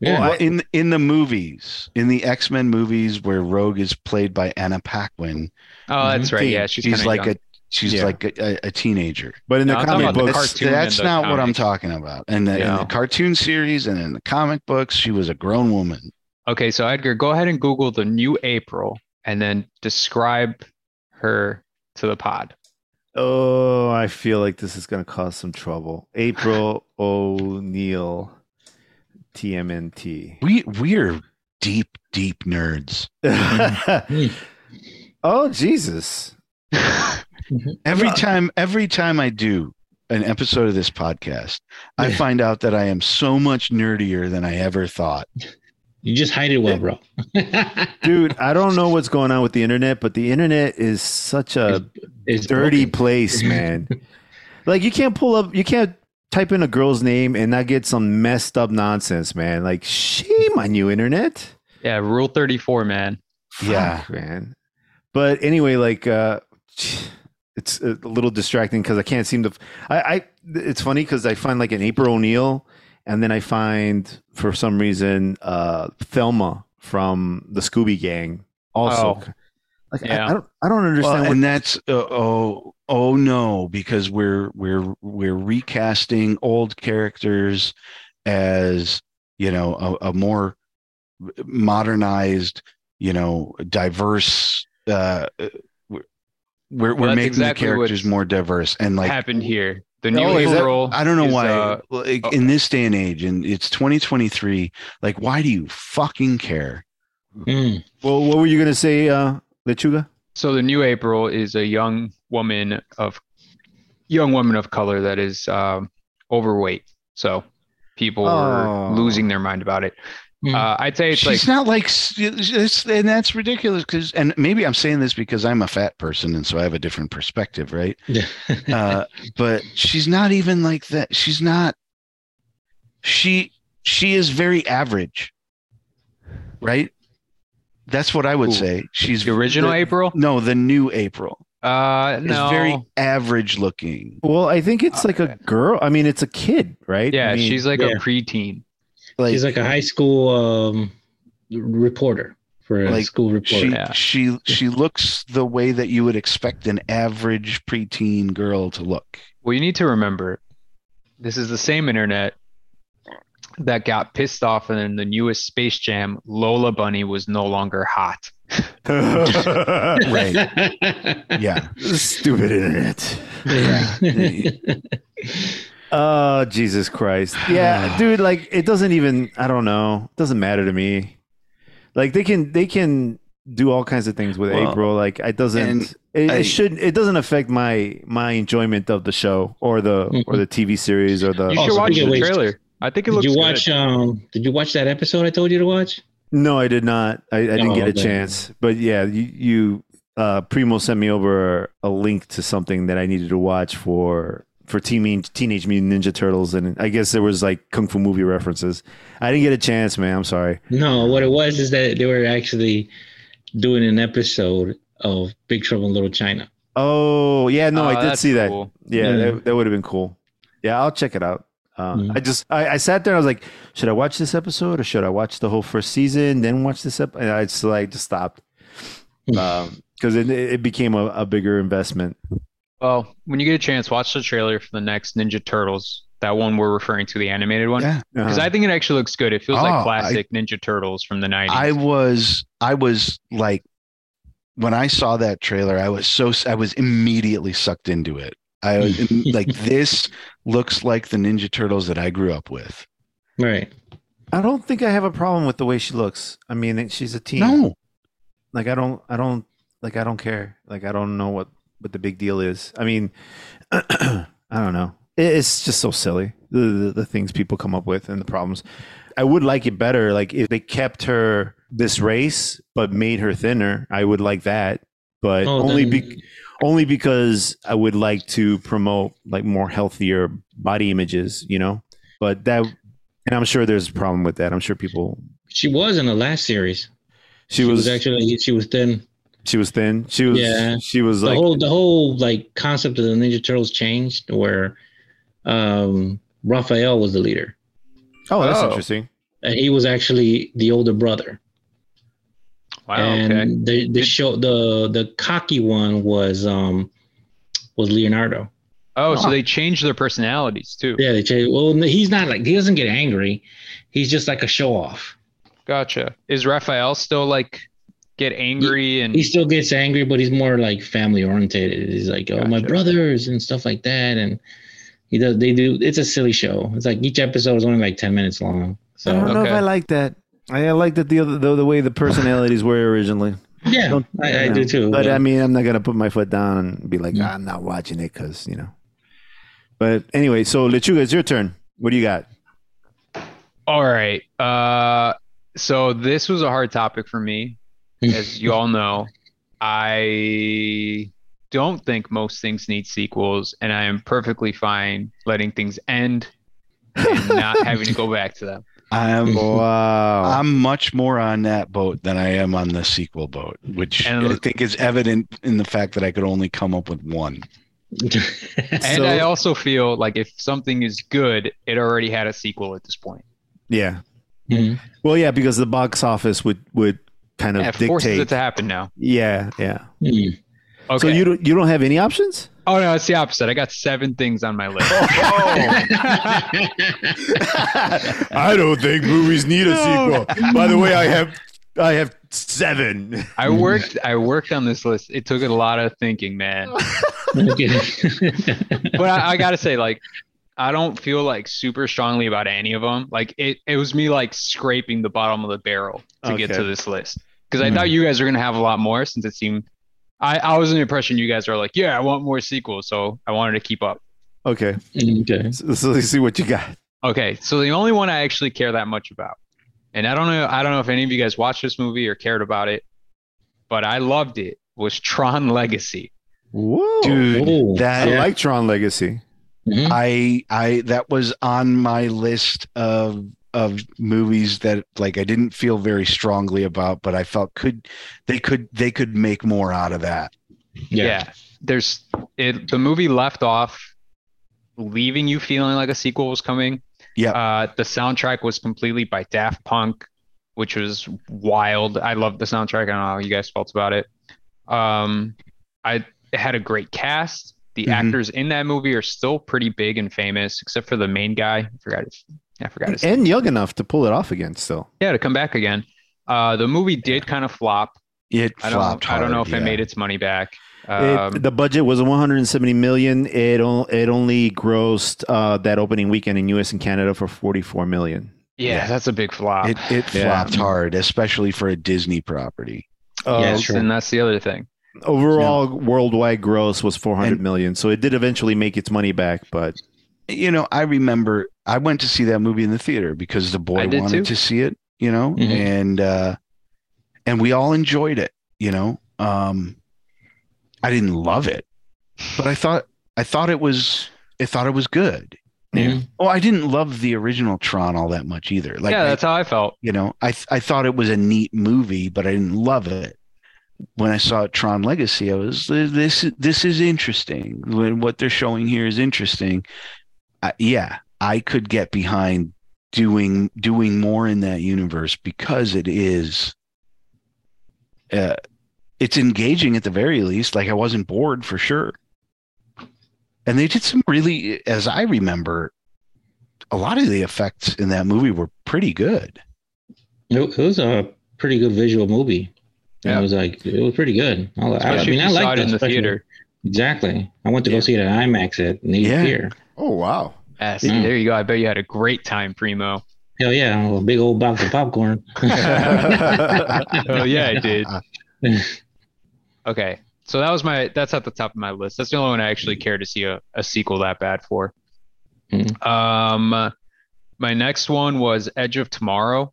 Yeah.
Well, in in the movies, in the X Men movies, where Rogue is played by Anna Paquin,
Oh, that's right. Yeah, she's,
Mm-hmm. she's, like
young.
a she's
Yeah.
like a, a- a teenager.
But in the
No, I'm talking
comic
about the
books,
cartoon. and
That's
the
not what I'm
comic.
talking about. And the, in
Yeah.
the cartoon series and in the comic books, she was a grown woman.
Okay, so Edgar, go ahead and Google the new April, and then describe her to the pod.
oh, I feel like this is going to cause some trouble. April O'Neil, TMNT.
We we're deep deep nerds.
oh Jesus!
Every
Yeah.
time, every time I do an episode of this podcast, I find out that I am so much nerdier than I ever thought.
You just hide it well, bro.
Dude, I don't know what's going on with the internet, but the internet is such a
It's
dirty
broken.
place, man. Like you can't pull up, you can't type in a girl's name and not get some messed up nonsense, man. Like shame on you, internet.
Yeah, Rule 34, man.
Yeah.
Fuck, man. But anyway, like uh, it's a little distracting because I can't seem to. I, I it's funny because I find like an April O'Neil, and then I find for some reason uh Thelma from the Scooby Gang also.
Oh.
Like
Yeah.
I, I don't, I don't understand.
Well,
what,
and that's uh, oh oh no because we're we're we're recasting old characters as you know a, a more modernized you know diverse uh we're we're, we're
Well, that's
making
exactly
the
what
characters more diverse and like
Happened here. The
No,
new
is
April
that-
Rule.
I don't know
is,
why.
uh,
like,
oh.
in this day and age, and it's 2023. Like, why do you fucking care?
Mm.
well, what were you gonna say, uh, Lechuga?
so the new April is a young woman of young woman of color that is um, overweight. So people
Oh.
are losing their mind about it.
Mm.
Uh, I'd say it's
Hmm. She's
like
not like, s- it's, and that's ridiculous. Because, and maybe I'm saying this because I'm a fat person, and so I have a different perspective, right?
Yeah.
uh, but she's not even like that. She's not. She she is very average, right? That's what I would
Who?
say. She's
the original
the-
April.
No, the new April
Uh,
is
no,
very average looking.
Well, I think it's like a girl. I mean, it's a kid, right?
Oh, yeah,
I mean,
she's like
yeah.
a preteen.
like,
She's like a high school um, reporter for a
Like,
school reporter.
she
Yeah.
she she looks the way that you would expect an average preteen girl to look.
Well, you need to remember, this is the same internet that got pissed off, and in the newest Space Jam, Lola Bunny was no longer hot.
Right.
yeah.
Yeah.
stupid internet. Oh, Jesus Christ. Yeah, dude, like it doesn't even I don't know. It doesn't matter to me. Like they can they can do all kinds of things with
Well,
April. Like it doesn't
and
it,
I-
it should it doesn't affect my my enjoyment of the show or the
Mm-hmm.
or the TV series or the
You
Oh,
should
so
watch
think it
the
was-
trailer. I think it
did
looks
you
good.
watch um did you watch that episode I told you to watch?
No, I did not. I, I didn't
Oh,
get a
okay.
chance. But yeah, you, you uh Primo sent me over a link to something that I needed to watch for for Teen, Teenage Mutant Ninja Turtles and I guess there was like kung fu movie references. I didn't get a chance, man. I'm sorry.
No, what it was is that they were actually doing an episode of Big Trouble in Little China.
Oh, yeah, no,
Oh,
I did
that's
see that.
cool.
Yeah,
Yeah.
that, that would have been cool. Yeah, I'll check it out. Uh,
Mhm.
I just I, I sat there. and I was like, should I watch this episode or should I watch the whole first season, then watch this episode? And I just like just stopped because it it became a, a bigger investment.
Well, when you get a chance, watch the trailer for the next Ninja Turtles. That one we're referring to, the animated one,
Yeah.
because I think it actually looks good. It feels
Oh, I-
like classic Ninja Turtles from the nineties.
I was I was like when I saw that trailer, I was so I was immediately sucked into it. I was like this looks like the Ninja Turtles that I grew up with.
Right.
I don't think I have a problem with the way she looks. I mean, it- she's a teen.
No,
Like I don't, I don't, like I don't care. Like I don't know what what the big deal is. I mean, I don't know. It, it's just so silly the, the the things people come up with and the problems. I would like it better. Like if they kept her this race but made her thinner, I would like that. But
Oh,
only
then-
be, only because I would like to promote like more healthier body images. You know, but that. And I'm sure there's a problem with that. I'm sure people
She was in the last series.
she was,
actually she was thin.
she was thin. She was
Yeah.
she was
The
like
whole the whole like concept of the Ninja Turtles changed where um Raphael was the leader.
oh that's
Oh.
interesting.
And he was actually the older brother.
wow,
and
okay.
the the
Did-
show the the cocky one was um was Leonardo.
Oh,
Huh.
so they changed their personalities too.
Yeah, they changed. Well, no, he's not like he doesn't get angry. He's just like a show off.
Gotcha. Is Raphael still like get angry and
He still gets angry, but he's more like family oriented. He's like, oh, my
Gotcha.
brothers and stuff like that, and he does. They do. It's a silly show. It's like each episode is only like ten minutes long.
I don't
So
know if
Okay.
I like that. I, I like that the other the, the way the personalities were originally.
yeah,
Don't-
I, I
you know.
do too.
But um,
but-
I mean, I'm not gonna put my foot down and be like, "Ah,
Mm.
I'm not watching it because you know. But anyway, so Lechuga, it's your turn. What do you got?
All right. Uh, so this was a hard topic for me, as you all know. I don't think most things need sequels, and I am perfectly fine letting things end and not having to go back to them.
I am
Wow.
I'm much more on that boat than I am on the sequel boat, which
And-
I think is evident in the fact that I could only come up with one.
And
So-
I also feel like if something is good, it already had a sequel at this point.
yeah.
Mhm.
Well, yeah, because the box office would would kind of
It forces it
dictate.
to happen now.
Yeah, yeah.
Mhm.
Okay.
So you don't you don't have any options?
oh no, it's the opposite. I got seven things on my list.
Mm-hmm.
I don't think movies need a sequel. By the way, I have I have seven.
I worked. I worked on this list. It took a lot of thinking, man.
Okay.
But I, I gotta say, like, I don't feel like super strongly about any of them. Like it, it was me like scraping the bottom of the barrel to get
Okay.
to this list because I
Hmm.
thought you guys were gonna have a lot more since it seemed. I, I was in the impression you guys are like, yeah, I want more sequels, so I wanted to keep up.
Okay,
okay.
so, so let's see what you got.
Okay, so the only one I actually care that much about, and I don't know, I don't know if any of you guys watched this movie or cared about it, but I loved it. Was Tron Legacy?
Whoa,
Dude,
Oh,
that
I like Tron Legacy.
Mhm.
I
Mm-hmm.
I that was on my list of of movies that like I didn't feel very strongly about, but I felt could they could they could make more out of that.
Yeah.
there's it the movie left off leaving you feeling like a sequel was coming
Yep.
uh the soundtrack was completely by daft punk which was wild i loved the soundtrack i don't know how you guys felt about it um i it had a great cast the
Mhm.
actors in that movie are still pretty big and famous except for the main guy i forgot his, i forgot his
And young enough to pull it off again. Still,
yeah to come back again uh the movie did kind of flop
It
i don't
flopped.
i don't know
hard,
if
yeah.
it made its money back um,
it, the budget was 170 million. It on, it only grossed uh, that opening weekend in U.S. and Canada for 44 million.
yeah,
yeah.
that's a big flop
It it
Yeah.
flopped hard, especially for a Disney property.
Uh,
Yeah,
Yes,
sure.
and that's the other thing.
Overall worldwide gross was 400
And-
million, so it did eventually make its money back. But
you know, I remember I went to see that movie in the theater because the
I
boy
did
wanted
too. Mm-hmm.
to see it, you know,
Mhm.
and uh and we all enjoyed it, you know. Um I didn't love it, but I thought I thought it was I thought it was good.
Mhm.
Oh, I didn't love the original Tron all that much either. Like
yeah,
I-
that's how I felt.
you know, I th- I thought it was a neat movie, but I didn't love it. When I saw Tron Legacy, I was this this is interesting. When what they're showing here is interesting. I, yeah, I could get behind doing doing more in that universe because it is uh it's engaging at the very least. Like I wasn't bored for sure. And they did some really as I remember a lot of the effects in that movie were pretty good.
It, it was a pretty good visual movie.
Yeah.
It was like it was pretty good. I, I, I
Especially
mean, I
if you saw
like
it in the theater.
Exactly. I went to
Yeah.
go see it at IMAX at Navy
Yeah.
Pier.
oh wow,
Yes,
Mm.
there you go. I bet you had a great time, Primo.
Hell yeah, a big old box of popcorn.
oh yeah, I did.
Mm.
okay, so that was my. That's at the top of my list. That's the only one I actually care to see a, a sequel that bad for.
Mm.
Um, my next one was Edge of Tomorrow.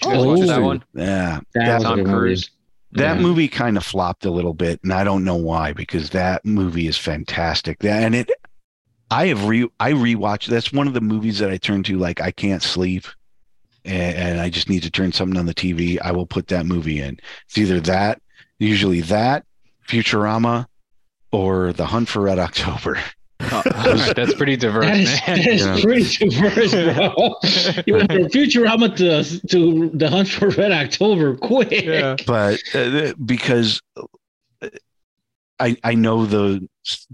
Did you guys watch that
Oh.
one?
Yeah.
That was a
Tom
good movie.
Cruise.
That
Mhm.
movie kind of flopped a little bit, and I don't know why, because that movie is fantastic. That- And it I have re I rewatched that's one of the movies that I turn to like I can't sleep and, and I just need to turn something on the TV. I will put that movie in. It's either that, usually that, Futurama, or The Hunt for Red October.
All right, that's pretty diverse,
That is,
man.
that is
Yeah.
pretty diverse, bro. you went from Futurama to, to the Hunt for Red October quick.
Yeah.
but uh, th- because uh, I I know the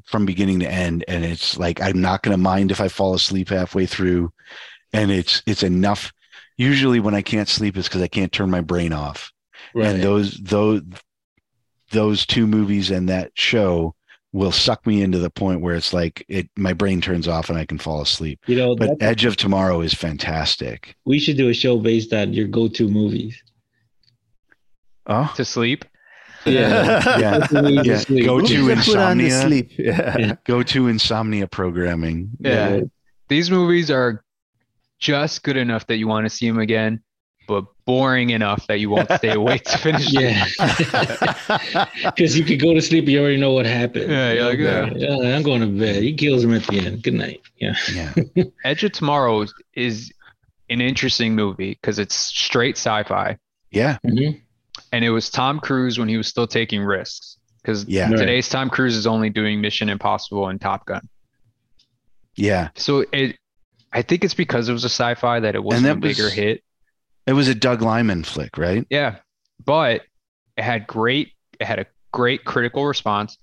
from beginning to end, and it's like I'm not going to mind if I fall asleep halfway through, and it's it's enough. Usually, when I can't sleep, it's because I can't turn my brain off. And those those those two movies and that show will suck me into the point where it's like it my brain turns off and I can fall asleep.
You know,
But
that-
Edge of Tomorrow is fantastic.
we should do a show based on your go-to movies.
Oh
To sleep.
yeah, yeah. Go
Movies
to
that put on the
insomnia.
sleep. Yeah.
Go to insomnia programming.
Yeah. These movies are just good enough that you want to see them again. but boring enough that you won't stay awake to finish it.
Yeah, because you could go to sleep. You already know what happened.
Yeah, you're like, yeah.
Yeah, I'm going to bed. He kills him at the end. Good night. Yeah.
Yeah.
Edge of Tomorrow is, is an interesting movie because it's straight sci-fi,
Yeah.
Mhm.
and it was Tom Cruise when he was still taking risks. Because
Yeah.
Right.
today's Tom Cruise is only doing Mission Impossible and Top Gun.
Yeah.
So it, I think it's because it was a sci-fi that it wasn't
that
a bigger
was-
hit.
It was a Doug Lyman flick, right?
Yeah, but it had great. It had a great critical response,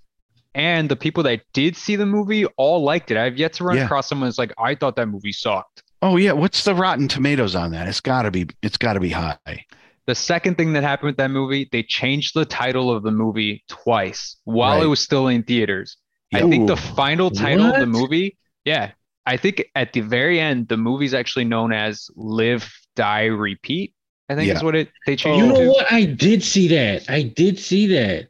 and the people that did see the movie all liked it. I've yet to run
Yeah.
across someone that's like, "I thought that movie sucked."
Oh yeah. What's the Rotten Tomatoes on that? It's gotta be it's gotta be high.
The second thing that happened with that movie, they changed the title of the movie twice while it
Right.
was still in theaters. I
Yeah.
think the
Ooh.
final title of the
What?
movie, yeah, I think at the very end, the movie's actually known as "Live, Die, Repeat." I think
Yeah.
is what it they changed
You
it
know
to.
what? I did see that. I did see that.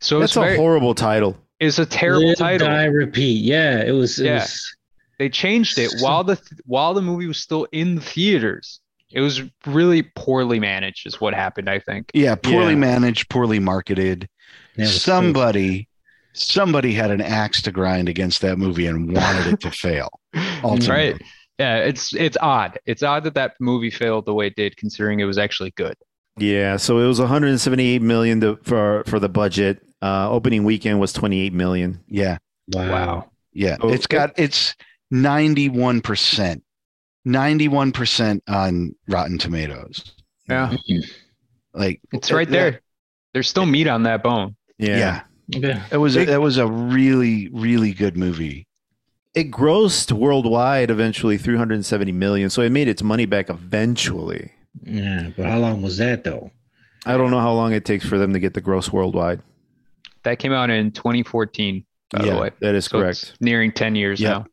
So it's
That's a
very,
horrible title.
it's a terrible
Live,
title.
Die, repeat. Yeah, it was. It
Yeah.
was
they changed it while the while the movie was still in the theaters. It was really poorly managed, is what happened. I think.
Yeah. Poorly
Yeah.
managed, poorly marketed.
that was so-
Somebody somebody had an axe to grind against that movie and wanted it to fail. Ultimately.
Right. Yeah, it's it's odd. It's odd that that movie failed the way it did, considering it was actually good.
Yeah, so it was 178 million to, for for the budget. Uh, opening weekend was 28 million.
Yeah.
Wow.
Wow.
Yeah,
Oh,
it's got it's ninety one percent, ninety one percent on Rotten Tomatoes.
Yeah,
Mm-hmm.
Like
it's
it-
right there. There's still meat on that bone.
Yeah,
Yeah.
Okay.
it was a,
Big-
it was a really really good movie.
It grossed worldwide eventually 370 million, so it made its money back eventually.
Yeah, but how long was that though?
I don't know how long it takes for them to get the gross worldwide.
That came out in 2014, by
Yeah,
the way.
That is
So
correct.
it's nearing 10 years
Yeah.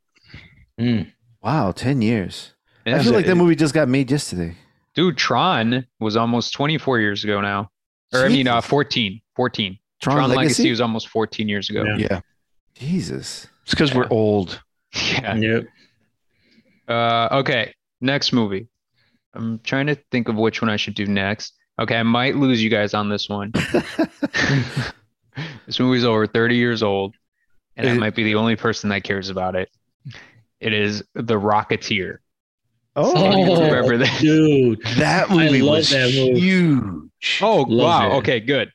now.
Mm.
Wow, 10 years. I
Yeah.
feel like that movie just got made yesterday.
Dude, Tron was almost 24 years ago now. Or I mean, uh, 14. 14. Tron, Legacy? was almost 14 years ago.
Yeah.
Yeah,
Jesus.
it's because
Yeah.
we're old.
Yeah.
Yep.
Uh, okay, next movie. I'm trying to think of which one I should do next. Okay, I might lose you guys on this one. this movie's over 30 years old, and I
It-
might be the only person that cares about it. It is The Rocketeer.
Oh,
I don't even
Oh.
remember this.
Dude.
That
I
movie
love
was
that movie.
huge.
Oh,
Love
wow.
it.
Okay, good.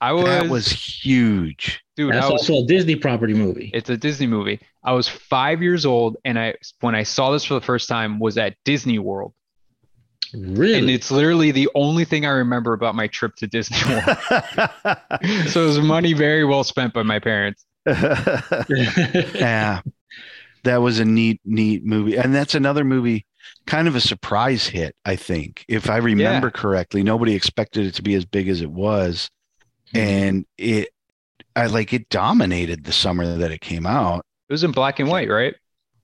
I was,
that was huge.
dude,
That's
I was
also a Disney property movie.
It's a Disney movie. I was five years old, and I when I saw this for the first time was at Disney World, and
really?
it's literally the only thing I remember about my trip to Disney World. so it was money very well spent by my parents.
Yeah, that was a neat neat movie, and that's another movie. Kind of a surprise hit, I think, if I remember correctly. Nobody expected it to be as big as it was.
Mm-hmm.
and it i like it dominated the summer that it came out
It was in black and white, right?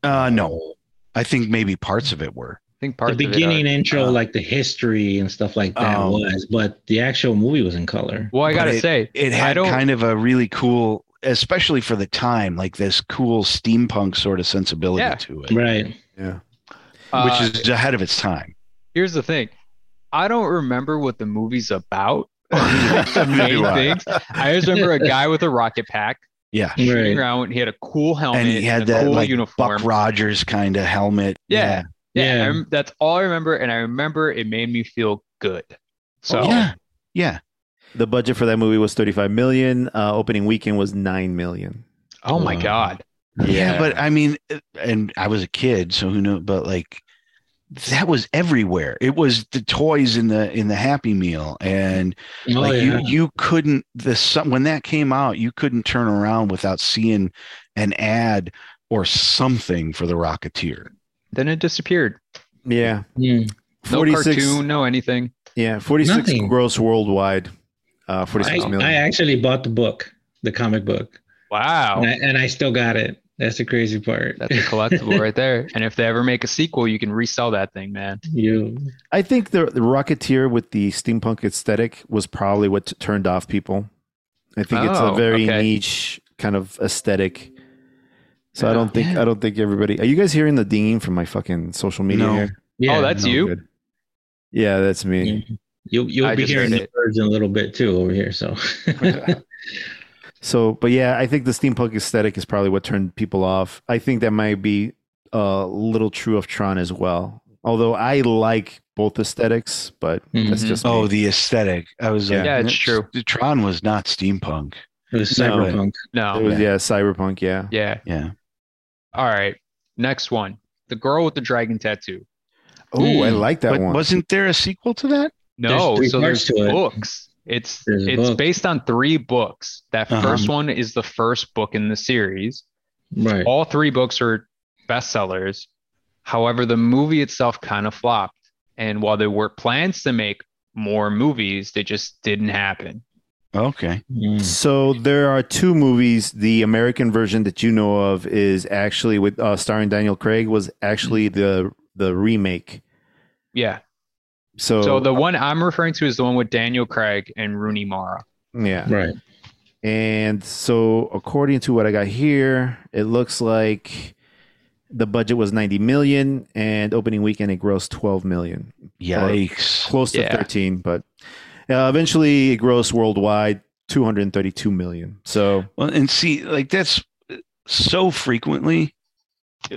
I
uh no i think maybe parts of it were
think part
the beginning intro,
uh,
like the history and stuff like that,
Oh.
was, but the actual movie was in color.
Well, I
but
gotta say,
it
I
had
don't.
kind of a really cool especially for the time like this cool steampunk sort of sensibility
Yeah.
to it
Right.
yeah.
uh,
which is ahead of its time
here's the thing. I don't remember what the movie's about. Like the main
do I.
things. I just remember a guy with a rocket pack
yeah
Right.
shooting around. He had a cool helmet
and he had
a
that
cool
like
uniform.
buck rogers kind of helmet
Yeah. Yeah,
Yeah.
I rem- that's all I remember, and I remember it made me feel good. So
yeah yeah, yeah.
The budget for that movie was 35 million. Uh, opening weekend was 9 million.
oh my
Wow.
god,
Yeah, but I mean, uh, and I was a kid, so who knew? But like, that was everywhere. It was the toys in the in the Happy Meal, and
Oh,
like
yeah.
you you couldn't the some- when that came out, you couldn't turn around without seeing an ad or something for the Rocketeer.
then it disappeared.
Yeah.
Hmm.
Mm.
No
46
cartoon, no anything.
Yeah, 46
Nothing.
gross worldwide. Uh,
I,
46 million.
I actually bought the book, the comic book,
Wow,
and, I, and I still got it. That's the crazy part.
that's a collectible right there. And if they ever make a sequel, you can resell that thing, man. Oh,
you.
I think the, the Rocketeer with the steampunk aesthetic was probably what t- turned off people. I think it's a
Oh,
very
okay.
niche kind of aesthetic. So I
Yeah.
don't think I don't think everybody. Are you guys hearing the dinging from my fucking social media?
No.
here?
Yeah.
oh, that's
No,
you.
good. Yeah, that's me.
Yeah. You'll you'll
I
be
just
hearing
heard
the
it.
birds in a little bit too over here. So
So, but yeah, I think the steampunk aesthetic is probably what turned people off. I think that might be a little true of Tron as well. Although I like both aesthetics, but that's
Mhm.
just me.
Oh, the aesthetic. I was like,
Yeah, it's true.
Tron was not steampunk.
it was
No.
cyberpunk.
It
No.
was- yeah, cyberpunk. Yeah,
Yeah.
Yeah.
All right. Next one. The girl with the dragon tattoo.
Oh, I
Mm.
like that
but
one.
wasn't there a sequel to that?
No,
There's three
so there's
parts to it.
books. It's
There's a
it's
book.
based on three books. That
Uh-huh.
first one is the first book in the series.
Right.
All three books are bestsellers. However, the movie itself kind of flopped. And while there were plans to make more movies, they just didn't happen.
Okay.
Mm.
so there are two movies. The American version that you know of is actually with uh, starring Daniel Craig was actually the the remake.
Yeah.
So,
So the one I'm referring to is the one with Daniel Craig and Rooney Mara.
yeah,
Right.
And so, according to what I got here, it looks like the budget was 90 million and opening weekend it grossed 12 million,
Yikes.
close to
Yeah.
13, but uh, eventually it grossed worldwide 232 million. So,
Well, and see, like that's so frequently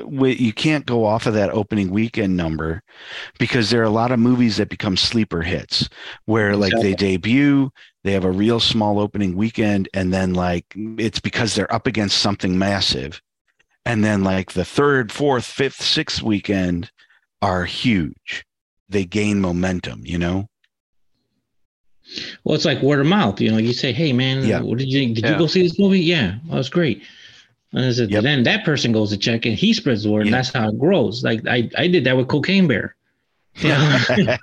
we- you can't go off of that opening weekend number because there are a lot of movies that become sleeper hits where like they debut they have a real small opening weekend and then like it's because they're up against something massive and then like the third fourth fifth sixth weekend are huge they gain momentum you know
Well, it's like word of mouth. You know, you say, "Hey, man,
Yeah.
what did you did
Yeah.
you go see this movie? Yeah, that was great." And I said,
Yep.
then that person goes to check, and he spreads the word, and
Yeah.
that's how it grows. Like I, I did that with Cocaine Bear. Yeah. yeah,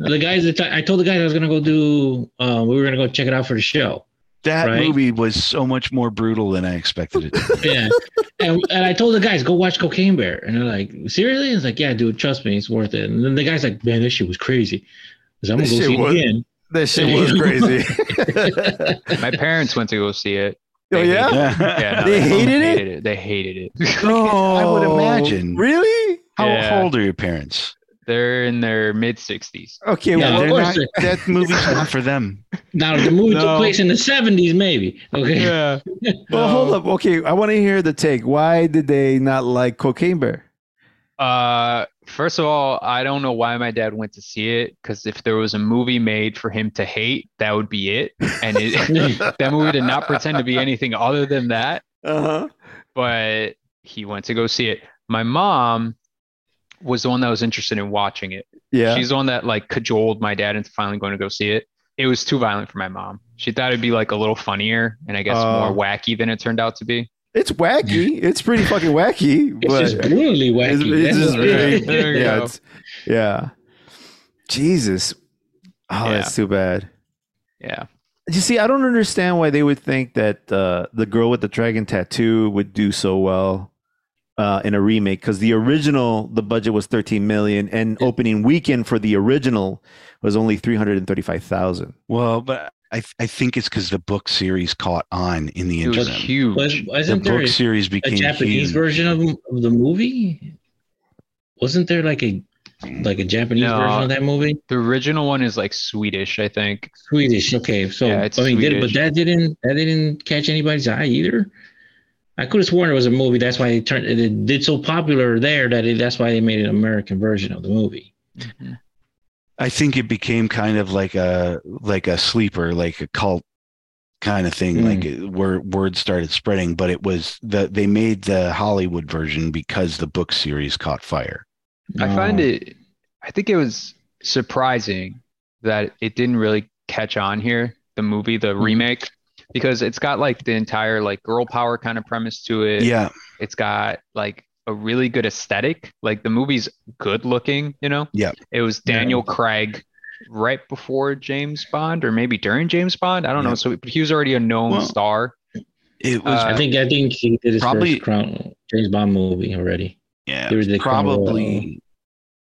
the guys that I told the guys I was gonna go do, uh, we were gonna go check it out for the show.
that
Right.
movie was so much more brutal than i expected it to be.
Yeah, and, and I told the guys go watch Cocaine Bear, and they're like, "Seriously?" It's like, "Yeah, dude, trust me, it's worth it." And then the guy's like, "Man, this shit was crazy." I said, I'm gonna
This
go
shit
see
was-
it again.
that
shit was
crazy.
My parents went to go see it.
oh, yeah?
Yeah, no,
They
fucking
hated it?
They hated it.
I would imagine.
Really?
How
Yeah.
old are your parents?
They're in their mid sixties.
Okay,
Yeah,
well,
of
they're
course
not-
they-
that movie's not for them.
Now, if the movie
No.
took place in the '70s, maybe. Okay.
Yeah.
well, hold up. Okay, I want to hear the take. Why did they not like Cocaine Bear?
Uh, first of all, I don't know why my dad went to see it because if there was a movie made for him to hate, that would be it. And it, that movie did not pretend to be anything other than that.
Uh huh.
Uh-huh.
But he went to go see it. My mom was the one that was interested in watching it.
Yeah.
She's the one that like cajoled my dad into finally going to go see it. It was too violent for my mom. She thought it'd be like a little funnier and I guess
Oh.
more wacky than it turned out to be.
It's wacky. It's pretty fucking wacky.
It's
but
just brutally
It's-
wacky.
it's
That's
just
what it
very-
is.
There you
yeah,
go.
it's- yeah. Jesus. Oh,
Yeah.
that's too bad.
Yeah.
You see, I don't understand why they would think that uh, the girl with the dragon tattoo would do so well uh, in a remake because the original the budget was 13 million and opening weekend for the original was only 335,000.
Well, but I, th- I think it's because the book series caught on in the
It was
internet.
huge.
Was,
The
wasn't there
book
a,
series became
Japanese
huge.
version of, of the movie? Wasn't there like a like a Japanese
No.
version of that movie?
The original one is like Swedish, I think.
Swedish. Okay, so
Yeah, it's
I mean, did, but
Swedish.
that didn't that didn't catch anybody's eye either. I could have sworn it was a movie. That's why it turned it did so popular there that it, that's why they made an American version of the movie.
I think it became kind of like a like a sleeper, like a cult kind of thing.
Hmm.
Like it, where word started spreading, but it was the they made the Hollywood version because the book series caught fire.
I find
Uh,
it, I think it was surprising that it didn't really catch on here, the movie, the
Mm-hmm.
remake, because it's got like the entire like girl power kind of premise to it.
Yeah,
It's got like a really good aesthetic. Like the movie's good looking, you know?
Yeah.
It was
Yeah.
Daniel Craig right before James Bond or maybe during James Bond. I don't
Yeah.
know. So he was already a known
Well,
star.
it was.
Uh,
I think I think he did his
probably-
first Crown James Bond movie already.
yeah,
There was the Crown Royal.
probably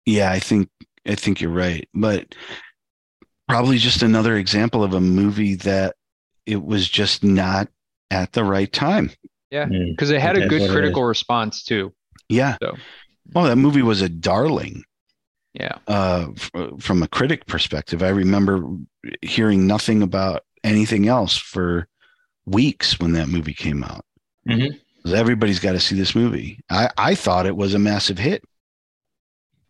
yeah i think i think you're right but probably just another example of a movie that it was just not at the right time
Mm.
Because it had a
That's
good
what it is.
critical response too.
yeah
So.
oh that movie was a darling
Yeah.
uh, f- from a critic perspective. I remember hearing nothing about anything else for weeks when that movie came out.
Mhm.
'Cause Everybody's got to see this movie. I, I thought it was a massive hit.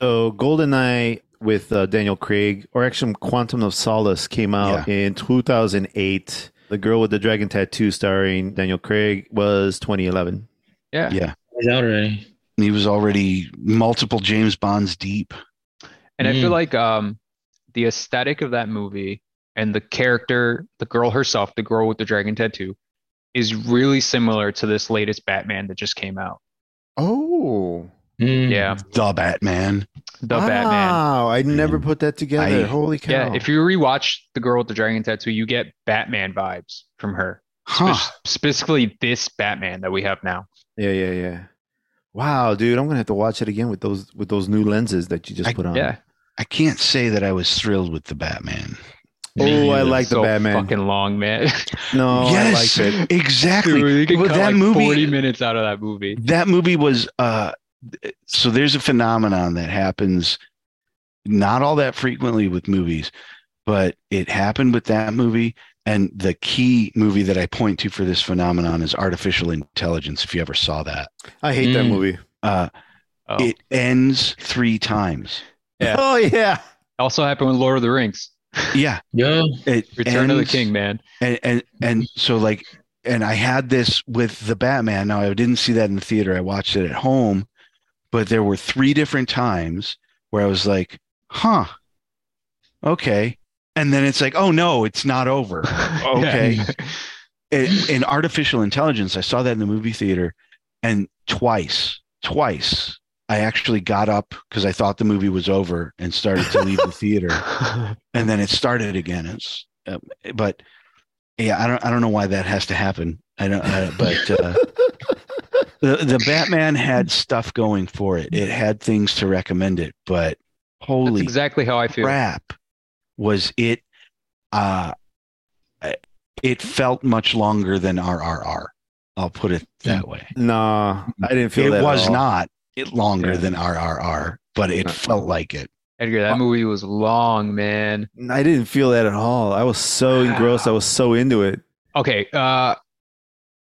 So GoldenEye with uh, Daniel Craig, or actually Quantum of Solace, came out in 2008. The Girl with the Dragon Tattoo, starring Daniel Craig, was 2011.
Yeah.
Yeah.
It's out already.
He was already multiple James Bonds deep.
And I feel
Mm.
like um, the aesthetic of that movie and the character, the girl herself, the girl with the dragon tattoo, is really similar to this latest Batman that just came out.
Oh,
Mm.
Yeah.
The Batman.
The Batman.
I never
never
put that together.
I-
Holy cow!
Yeah. If you rewatch the girl with the dragon tattoo, you get Batman vibes from her.
Huh.
Spe- specifically this Batman that we have now.
yeah, yeah, yeah. Wow, dude, I'm gonna have to watch it again with those with those new lenses that you just
I-
put on.
Yeah.
I can't say that I was thrilled with the Batman.
Oh, I like the
so
Batman.
fucking long, man.
No,
yes,
I liked it.
exactly.
Dude, you can
Well,
cut
that
like
movie-
40 minutes out of that movie.
that movie was uh so there's a phenomenon that happens not all that frequently with movies but it happened with that movie and the key movie that i point to for this phenomenon is artificial intelligence if you ever saw that
I hate that
Mm.
movie.
uh
Oh.
it ends three times
Yeah.
Oh yeah.
also happened with Lord of the Rings,
yeah
Yo.
it
Return of the
ends-
King, man.
and and and so like and i had this with the batman now i didn't see that in the theater i watched it at home but there were three different times where i was like huh okay and then it's like oh no it's not over Okay. in, in artificial intelligence i saw that in the movie theater and twice twice i actually got up because i thought the movie was over and started to leave the theater
Yeah.
and then it started again. It's, uh, but yeah, I don't, I don't know why that has to happen. I don't, uh, but uh, the the Batman had stuff going for it. It had things to recommend it, but
That's
holy
exactly how I feel.
crap, was it? Uh, it felt much longer than RRR. I'll put it that way.
Nah, I didn't feel that
it
at
was
all.
not it longer
Yeah. Uh,
than RRR, but it felt like it.
Edgar, that movie was long, man.
I didn't feel that at all. I was so engrossed. I was so into it.
Okay. Uh,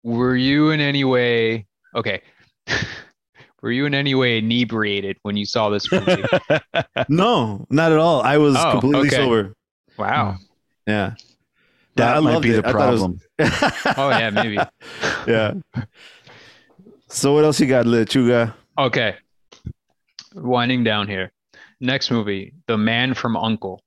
were you in any way okay? were you in any way inebriated when you saw this movie?
No, not at all. I was
Oh,
completely
okay.
sober.
wow.
Yeah.
That
I
might
loved
be
it.
the
I thought it was-
problem.
Oh yeah, maybe.
yeah. So what else you got, Lechuga?
Okay. Winding down here. Next movie, The Man from Uncle.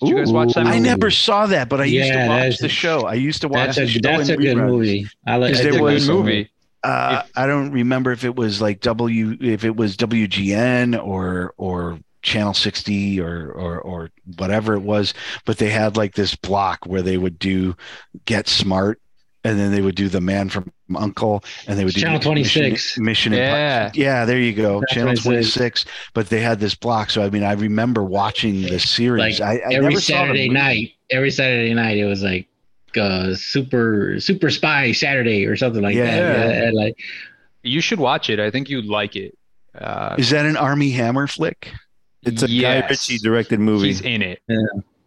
Did you guys watch that
Ooh.
movie?
I never saw that, but I used
Yeah,
to watch
that's-
the show. I used to watch
That's
the
a
show
that's a
in
good
reruns.
movie. I like.
Is
I
there
It's
did
a
one
like
good
that
movie.
Uh, I don't remember if it was like W, if it was WGN or or Channel 60 or or or whatever it was, but they had like this block where they would do Get Smart, and then they would do The Man from Uncle, and they would do
Channel
Mission-
26.
Mission, Impossible.
Yeah.
Yeah, there you go.
That's
Channel
what I said.
26. But they had this block. So, I mean, I remember watching the series. I,
Like,
I
every
never saw the
Saturday
movie.
night. Every Saturday night, it was like uh, super super spy Saturday or something like that.
Yeah.
Yeah, and like
You should watch it. I think you'd like it. Uh,
Is that an Army Hammer flick?
It's a Guy
Yes.
Ritchie directed movie. Oh,
He's in it.
Yeah.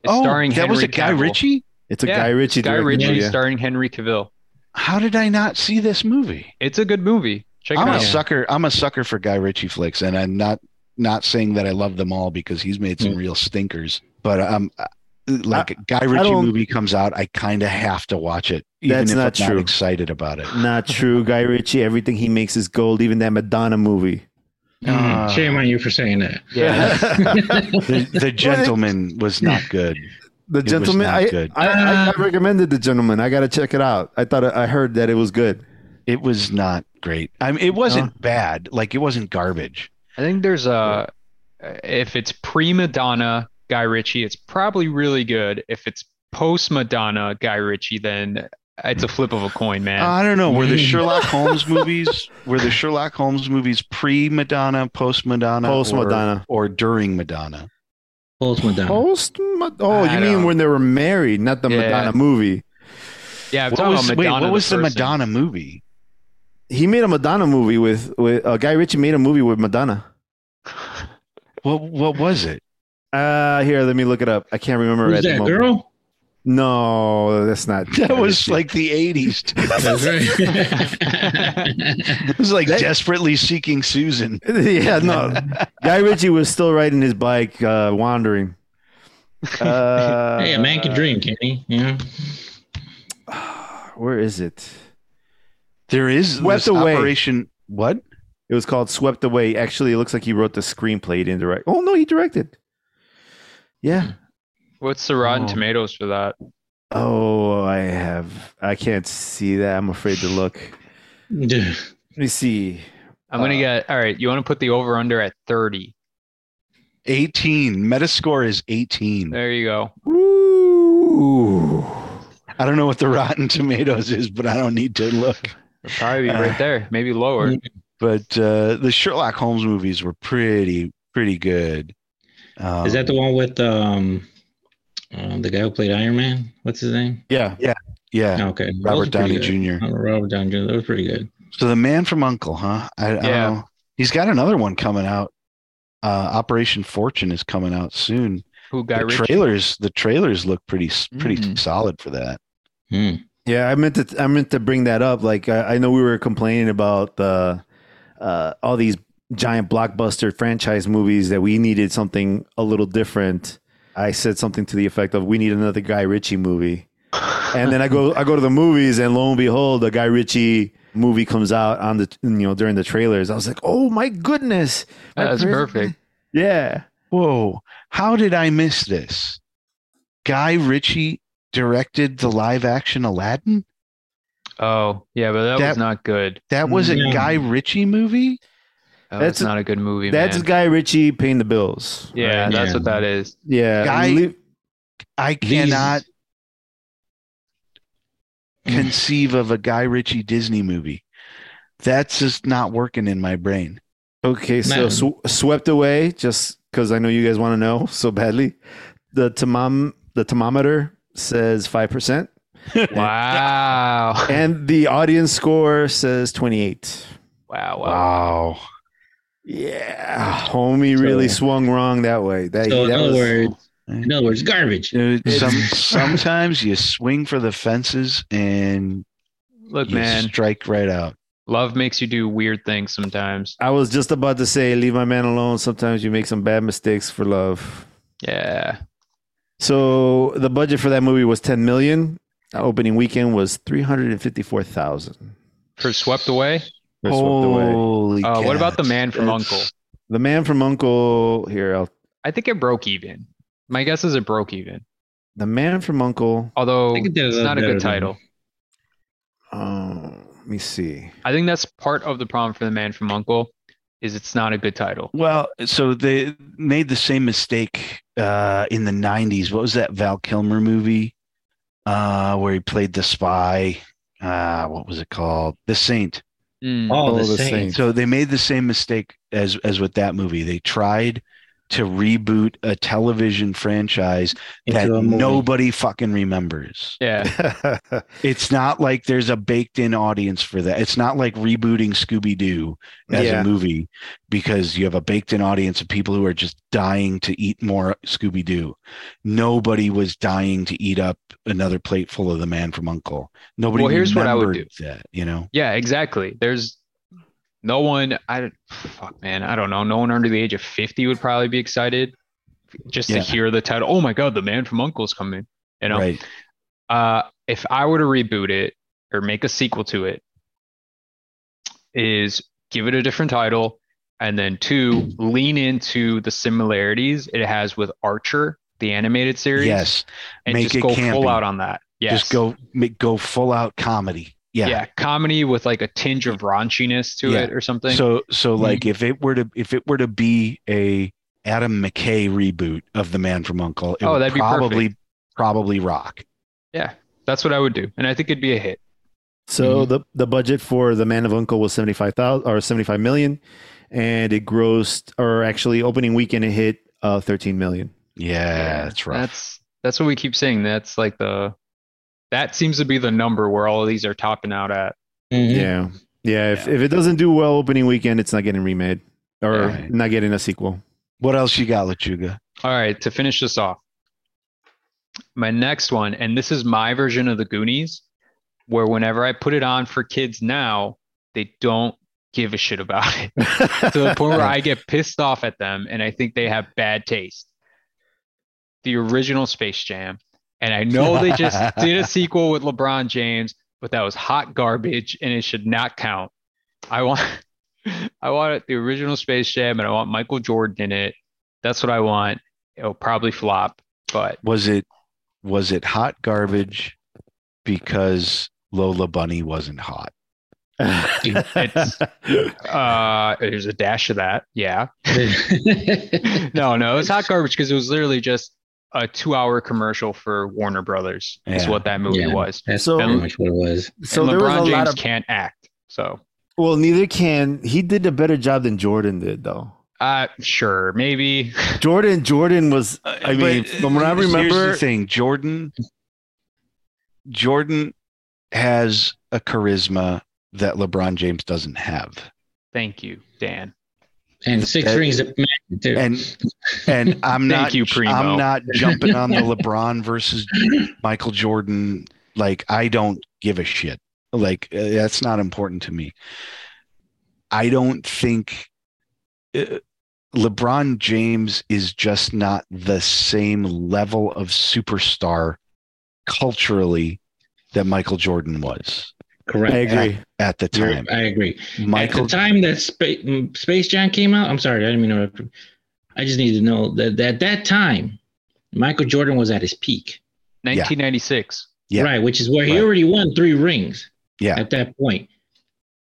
It's starring
Oh, that was
Henry
a Guy
Cavill.
Ritchie.
it's a
yeah,
Guy Ritchie
Guy
directed
Ritchie
movie. yeah.
starring Henry Cavill.
How did I not see this movie?
It's a good movie. Check
I'm
it
a
Ah.
out.
sucker. I'm a sucker for Guy Ritchie flicks, and I'm not not saying that I love them all because he's made
Hmm.
some real stinkers. But um, uh, like a Guy Ritchie
don't-
movie comes out, I kind of have to watch it, even
That's
if
not
I'm
true.
not excited about it.
Not true. Guy Ritchie, everything he makes is gold, even that Madonna movie.
Ah.
mm, shame on you for saying that.
Yeah.
The, the Gentleman was not good.
the
was
gentleman
not
I,
good.
I,
Uh,
I, I recommended the gentleman. I gotta check it out. I thought I heard that it was good.
It was not great. I mean, it wasn't bad. Like it wasn't garbage.
I think there's a if it's pre Madonna Guy Ritchie, it's probably really good. If it's post Madonna Guy Ritchie, then it's a flip of a coin, man.
I don't know. Were the
Mm.
Sherlock Holmes movies were the Sherlock Holmes movies pre Madonna, post Madonna,
Post-Madonna.
or, or during Madonna?
Post Madonna.
Post Mad- Oh,
I
you mean
don't-
when they were married, not the
Yeah.
Madonna movie.
yeah, I'm
What
talking
was,
about
wait,
Madonna
what was the,
person.
Madonna movie?
He made a Madonna movie with with uh, Guy Ritchie made a movie with Madonna.
What what was it?
Uh, here, let me look it up. I can't remember
Who's
at the
that
moment.
girl?
No, that's not.
That was like the 80s.
That's
right.
right.
It was like
That-
desperately seeking Susan.
yeah, no. Guy Ritchie was still riding his bike, uh, wandering. Uh,
hey, a man can dream, can he? Yeah.
Where is it?
There is
Swept
this
away.
operation. What?
It was called Swept Away. Actually, it looks like he wrote the screenplay. He didn't direct. Oh no, he directed. Yeah.
What's the Rotten
Oh.
Tomatoes for that?
Oh, I have. I can't see that. I'm afraid to look.
Dude,
Let me see.
I'm gonna
Uh,
get all right. You want to put the over under at 30?
18. Metascore is 18.
There you go.
Ooh.
I don't know what the Rotten Tomatoes is, but I don't need to look.
It'll probably be
Uh,
right there, maybe lower.
But uh, the Sherlock Holmes movies were pretty, pretty good. Um,
is that the one with um, um the guy who played Iron Man? What's his name?
Yeah.
Yeah,
okay, Those
Robert
were pretty
Downey
good.
Jr.
Oh, Robert Downey Jr. That was pretty good.
So the man from Uncle, huh? I, I
Yeah.
don't know. He's got another one coming out. Uh, Operation Fortune is coming out soon.
Who got
the
rich?
trailers, the trailers look pretty, s- pretty
Mm-hmm.
Mm.
solid for that.
Hmm.
Yeah, I meant to. I meant to bring that up. Like, I, I know we were complaining about the uh, all these giant blockbuster franchise movies that we needed something a little different. I said something to the effect of, "We need another Guy Ritchie movie." And then I go, I go to the movies, and lo and behold, a Guy Ritchie movie comes out on the you know during the trailers. I was like, "Oh my goodness, My
That's
first-
perfect.
Yeah,
Whoa! How did I miss this? Guy Ritchie directed the live-action Aladdin.
Oh yeah, but that, was
That-
not good.
That was a
Yeah.
Guy Ritchie movie.
That
That's
was
a-
not a good movie.
that's
man.
Guy Ritchie paying the bills."
yeah,
right?
that's
Yeah.
what that is.
yeah.
Guy-
Le-
I
These-
cannot
Hmm.
conceive of a Guy Ritchie Disney movie. That's just not working in my brain.
Okay, so
Man.
sw- swept away just because I know you guys want to know so badly. The tamam the thermometer says five percent,
Wow.
and the audience score says twenty eight.
wow. Wow.
Wow.
Yeah, homie really
So-
swung wrong that way. That,
So in
that
other
was
words, in other words, garbage.
Dude, some, sometimes you swing for the fences and
Look,
you
man,
strike right out.
love makes you do weird things sometimes.
I was just about to say, leave my man alone. Sometimes you make some bad mistakes for love.
Yeah.
So the budget for that movie was ten million. The opening weekend was three hundred and fifty four thousand.
For swept away.
Holy
Uh, what about the
cats.
man from
That's-
Uncle?
The man from Uncle here. I'll,
I think it broke even. My guess is it broke even.
the man from Uncle.
Although
I think it did a
it's
little
not a
better
good
than-
title.
Oh, let me see.
I think that's part of the problem for the man from Uncle is it's not a good title.
Well, so they made the same mistake uh, in the 90s. What was that Val Kilmer movie uh, where he played the spy? Uh, what was it called? The Saint.
Mm.
All
All
the,
the
same.
same.
So they made the same mistake as as with that movie. They tried to reboot a television franchise that
Into a movie.
nobody fucking remembers.
Yeah.
It's not like there's a baked in audience for that. It's not like rebooting Scooby Doo as
Yeah.
a movie because you have a baked in audience of people who are just dying to eat more Scooby Doo. Nobody was dying to eat up another plateful of the man from Uncle. Nobody
Well, here's what I would
remembered that, you know?
Yeah, exactly. There's no one. I don't- fuck, man. I don't know. No one under the age of fifty would probably be excited just
Yeah.
to hear the title. Oh my god, the man from Uncle's coming. You know,
Right.
uh, if I were to reboot it or make a sequel to it, is give it a different title, and then two, lean into the similarities it has with Archer, the animated series.
Yes.
and
make
just
it
go
campy.
full out on that. Yes.
Just go make, go full out comedy.
Yeah.
Yeah.
comedy with like a tinge of raunchiness to
Yeah.
it or something.
So so
Hmm.
like if it were to if it were to be a Adam McKay reboot of The Man from Uncle, it
Oh,
would
that'd be
probably probably rock.
Yeah, that's what I would do, and I think it'd be a hit.
so the the budget for the man of Uncle was seventy five thousand or seventy five million, and it grossed or actually opening weekend it hit uh, thirteen million.
Yeah, that's right.
That's that's what we keep saying. That's like the that seems to be the number where all of these are topping out at. Hmm.
Mhm.
Yeah, yeah. If if it doesn't do well opening weekend, it's not getting remade or
Right.
not getting a sequel.
What else you got, Lechuga?
All right, to finish this off, my next one, and this is my version of the Goonies, where whenever I put it on for kids now, they don't give a shit about it to the point where I get pissed off at them and I think they have bad taste. The original Space Jam. And I know they just did a sequel with LeBron James, but that was hot garbage and it should not count. I want I want the original Space Jam and I want Michael Jordan in it. That's what I want. It'll probably flop, but
Was it was it hot garbage because Lola Bunny wasn't hot?
it's- uh there's a dash of that. Yeah. no, no, it's hot garbage because it was literally just a two hour commercial for Warner Brothers, is
Yeah.
what that movie
Yeah.
was.
That's
So-
pretty much what it was.
so
and
there was
LeBron
a lot
James
of
can't act. So,
well, neither can he did a better job than Jordan did though.
uh, sure, maybe.
Jordan Jordan was I mean from what I
Uh, here's
remember
the thing, Jordan, Jordan has a charisma that LeBron James doesn't have,
Thank you, Dan.
And six
That-
rings of magic too.
and and I'm
Thank
not
you, Primo.
I'm not jumping on the LeBron versus Michael Jordan. Like I don't give a shit. Like uh, that's not important to me. I don't think uh, LeBron James is just not the same level of superstar culturally that Michael Jordan was
I
Correct.
agree.
at the
You're-
time.
I agree.
Michael
At the time that Space, Space Jam came out, I'm sorry, I didn't mean to interrupt. you. I just need to know that, that at that time, Michael Jordan was at his peak,
1996.
Yeah.
right? Which is where he
Right.
already won three rings.
Yeah.
At that point,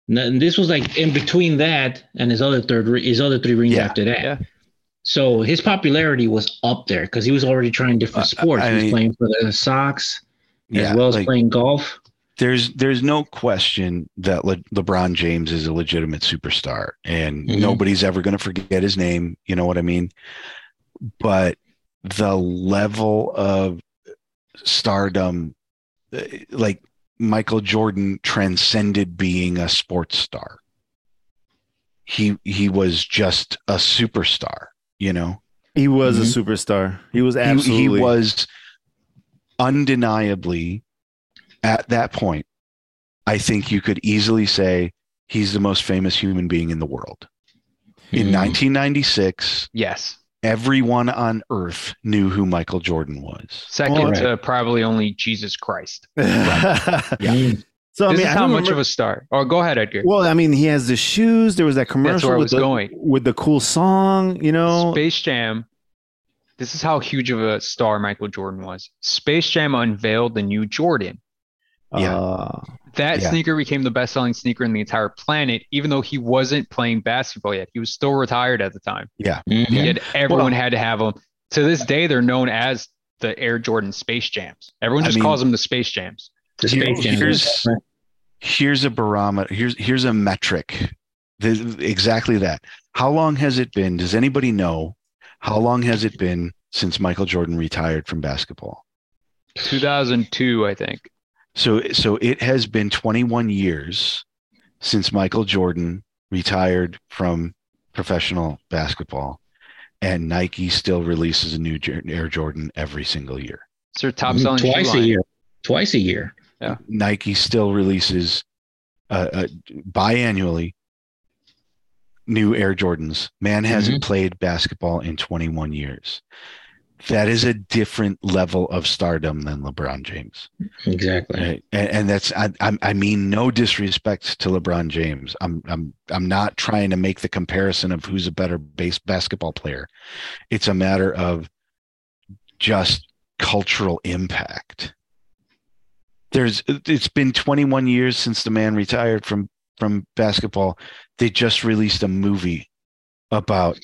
N- and this was like in between that and his other third, ri- his other three rings
Yeah.
after that.
Yeah.
So his popularity was up there because he was already trying different
Uh,
sports.
I
he was
mean-
playing for the Sox
yeah,
as well as
like,
playing golf.
there's there's no question that Le- LeBron James is a legitimate superstar, and
Mhm.
nobody's ever going to forget his name. You know what I mean? But the level of stardom, uh, like Michael Jordan, transcended being a sports star. He he was just a superstar. You know,
He was a
Mm-hmm.
superstar. He was
He-
absolutely
he was undeniably at that point i think you could easily say he's the most famous human being in the world in
Mhm.
1996
Yes.
everyone on earth knew who michael jordan was
Second
All right.
to probably only Jesus Christ.
so
Mm.
I
this
mean,
is
I
how much
remember-
of a star. Oh, go ahead, Edgar.
Well, I mean, he has the shoes. There was that commercial
where I
with
was
the
going.
with the cool song, you know.
Space Jam. This is how huge of a star Michael Jordan was. Space Jam unveiled the new Jordan.
Yeah.
Uh,
That
Yeah.
sneaker became the best selling sneaker in the entire planet, even though he wasn't playing basketball yet. He was still retired at the time.
Mhm.
Yet everyone
Well-
had to have them. To this day, they're known as the Air Jordan Space Jams. Everyone
I
just
mean-
calls them the Space Jams.
The
Here-
Space Jam.
here's- here's a barometer here's here's a metric This- exactly that how long has it been does anybody know how long has it been since michael jordan retired from basketball
2002, I think.
So so it has been 21 years since Michael Jordan retired from professional basketball and Nike still releases a new Jer- Air Jordan every single year.
It's their top selling shoe
twice a
line.
year. Twice a year.
Nike still releases uh, uh, biannually new Air Jordans. Man hasn't played basketball in 21 years. That is a different level of stardom than LeBron James.
Exactly.
Right. And, and that's I, I'm- I mean no disrespect to LeBron James. I'm I'm I'm not trying to make the comparison of who's a better base basketball player. It's a matter of just cultural impact. There's it's been 21 years since the man retired from from basketball. They just released a movie about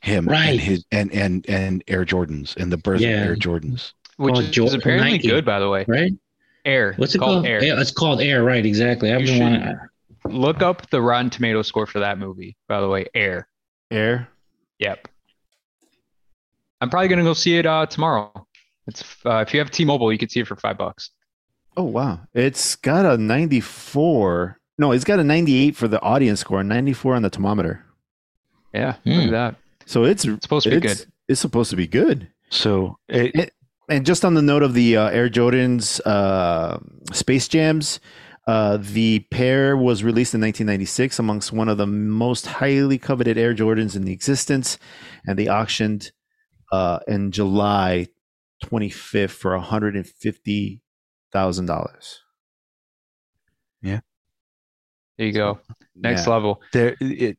him
Right.
and his and and and Air Jordans and the birth
Yeah.
of Air Jordans.
Which
Called
is
Oh, Jordan
apparently
Nike.
good, by the way.
Right?
Air.
What's it called?
Air.
Yeah, it's called Air, right? Exactly. I've
You
been
should-
wanting.
Look up the Rotten Tomato score for that movie, by the way. Air.
air.
Yep. I'm probably gonna go see it uh, tomorrow. It's uh, if you have T-Mobile, you can see it for five bucks.
Oh wow, it's got a ninety-four. No, it's got a ninety-eight for the audience score, and ninety-four on the thermometer.
Yeah, look
Hmm.
at that.
So it's
It's supposed to be
it's-
good.
It's supposed to be good.
So it,
And just on the note of the uh, Air Jordan's uh, Space Jams, uh, the pair was released in 1996 amongst one of the most highly coveted Air Jordans in the existence, and they auctioned uh, in July 25th for 150 thousand dollars.
There you go. Next
yeah.
level.
there it, it-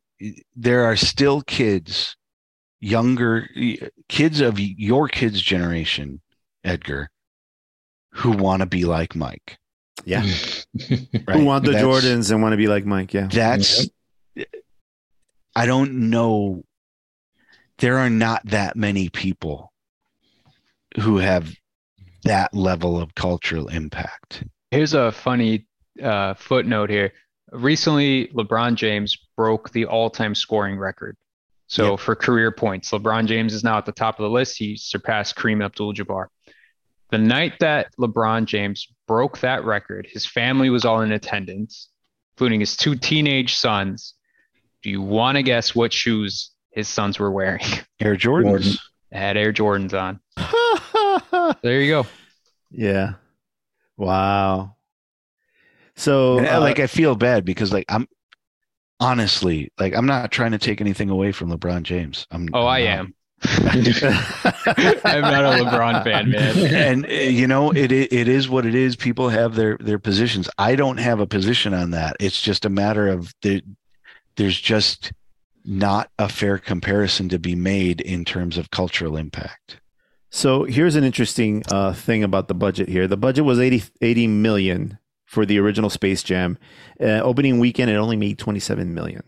there are still kids younger kids of your kids generation edgar who want to be like mike
Yeah.
right?
Who want the
That's-
Jordans and want to be like Mike? Yeah.
that's i don't know there are not that many people who have that level of cultural impact
Here's a funny uh, footnote here. Recently, LeBron James broke the all-time scoring record. So for career points, LeBron James is now at the top of the list. He surpassed Kareem Abdul-Jabbar. The night that LeBron James broke that record, his family was all in attendance, including his two teenage sons. Do you want to guess what shoes his sons were wearing?
air jordans
Jordan.
Had Air Jordans on. There you go.
yeah. Wow. So
And I-
uh,
like I feel bad because like I'm honestly like I'm not trying to take anything away from LeBron James. I'm
Oh, I
I'm not.
am. I'm not a LeBron fan, man.
And uh, you know it, it it is what it is. People have their their positions. I don't have a position on that. It's just a matter of the, there's just not a fair comparison to be made in terms of cultural impact.
So here's an interesting uh, thing about the budget here. The budget was 80, 80 million for the original Space Jam. Uh, opening weekend, it only made 27 million.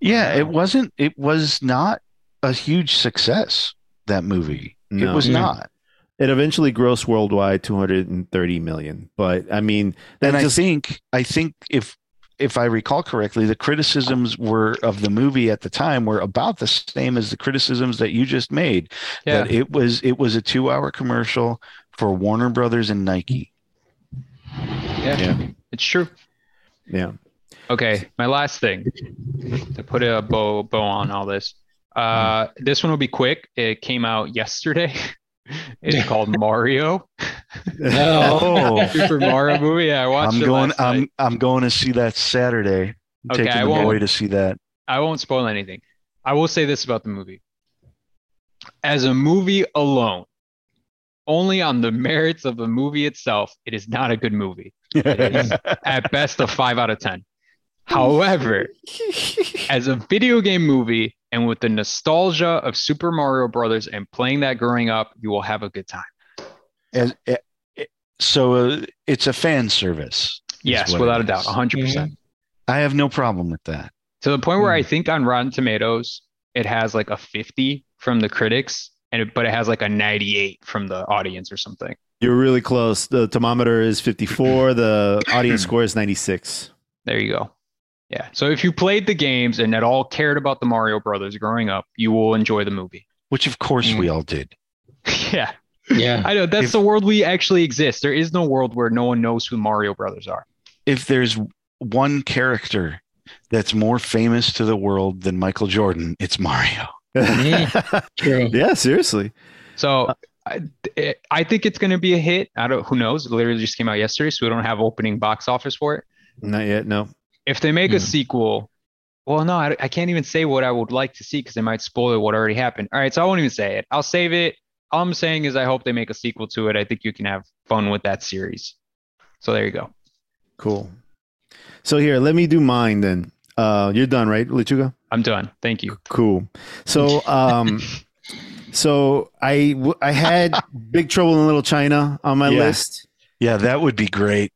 Yeah, it wasn't. It was not a huge success. That movie.
No.
It was
Yeah.
not.
It eventually grossed worldwide 230 million. But I mean, that
and
just,
I think I think if if I recall correctly, the criticisms were of the movie at the time were about the same as the criticisms that you just made.
Yeah.
That it was it was a two hour commercial for Warner Brothers and Nike.
Yeah, it's true.
yeah.
Okay, my last thing to put a bow bow on all this. Uh, this one will be quick. It came out yesterday. It's called Mario, Super
Oh.
Mario movie. Yeah, I watched
I'm
it
going.
last night.
I'm I'm going to see that Saturday. I'm
Okay, I
taking the
won't-
boy to see that.
I won't spoil anything. I will say this about the movie. As a movie alone, only on the merits of the movie itself, it is not a good movie. It is at best a five out of 10. However, as a video game movie and with the nostalgia of Super Mario Brothers and playing that growing up, you will have a good time.
As- eh, eh, so uh, it's a fan service. is
Yes,
what it
without a
is.
doubt, 100%. percent
I have no problem with that.
To the point
Mm.
where I think on Rotten Tomatoes, it has like a 50 from the critics, and it, but it has like a 98 from the audience or something.
You're really close. The thermometer is 54. The audience score is 96.
There you go. Yeah. So if you played the games and at all cared about the Mario Brothers growing up, you will enjoy the movie.
Which of course we
Mm.
all did.
yeah.
yeah.
I know that's
If-
the world we actually exist. There is no world where no one knows who Mario Brothers are.
if there's one character that's more famous to the world than Michael Jordan, it's Mario.
Mhm. True.
yeah, seriously.
So I, it- I think it's going to be a hit. I don't. Who knows? It literally just came out yesterday, so we don't have opening box office for it.
Not yet. No.
If they make
Hmm.
a sequel, well, no, I, I can't even say what I would like to see because they might spoil what already happened. All right, so I won't even say it. I'll save it. All I'm saying is I hope they make a sequel to it. I think you can have fun with that series. So there you go.
Cool. So here, let me do mine then. Uh, you're done, right, Lechuga?
I'm done. Thank you.
cool so um so i w- i had big trouble in little china on my
Yeah.
list
Yeah, that would be great.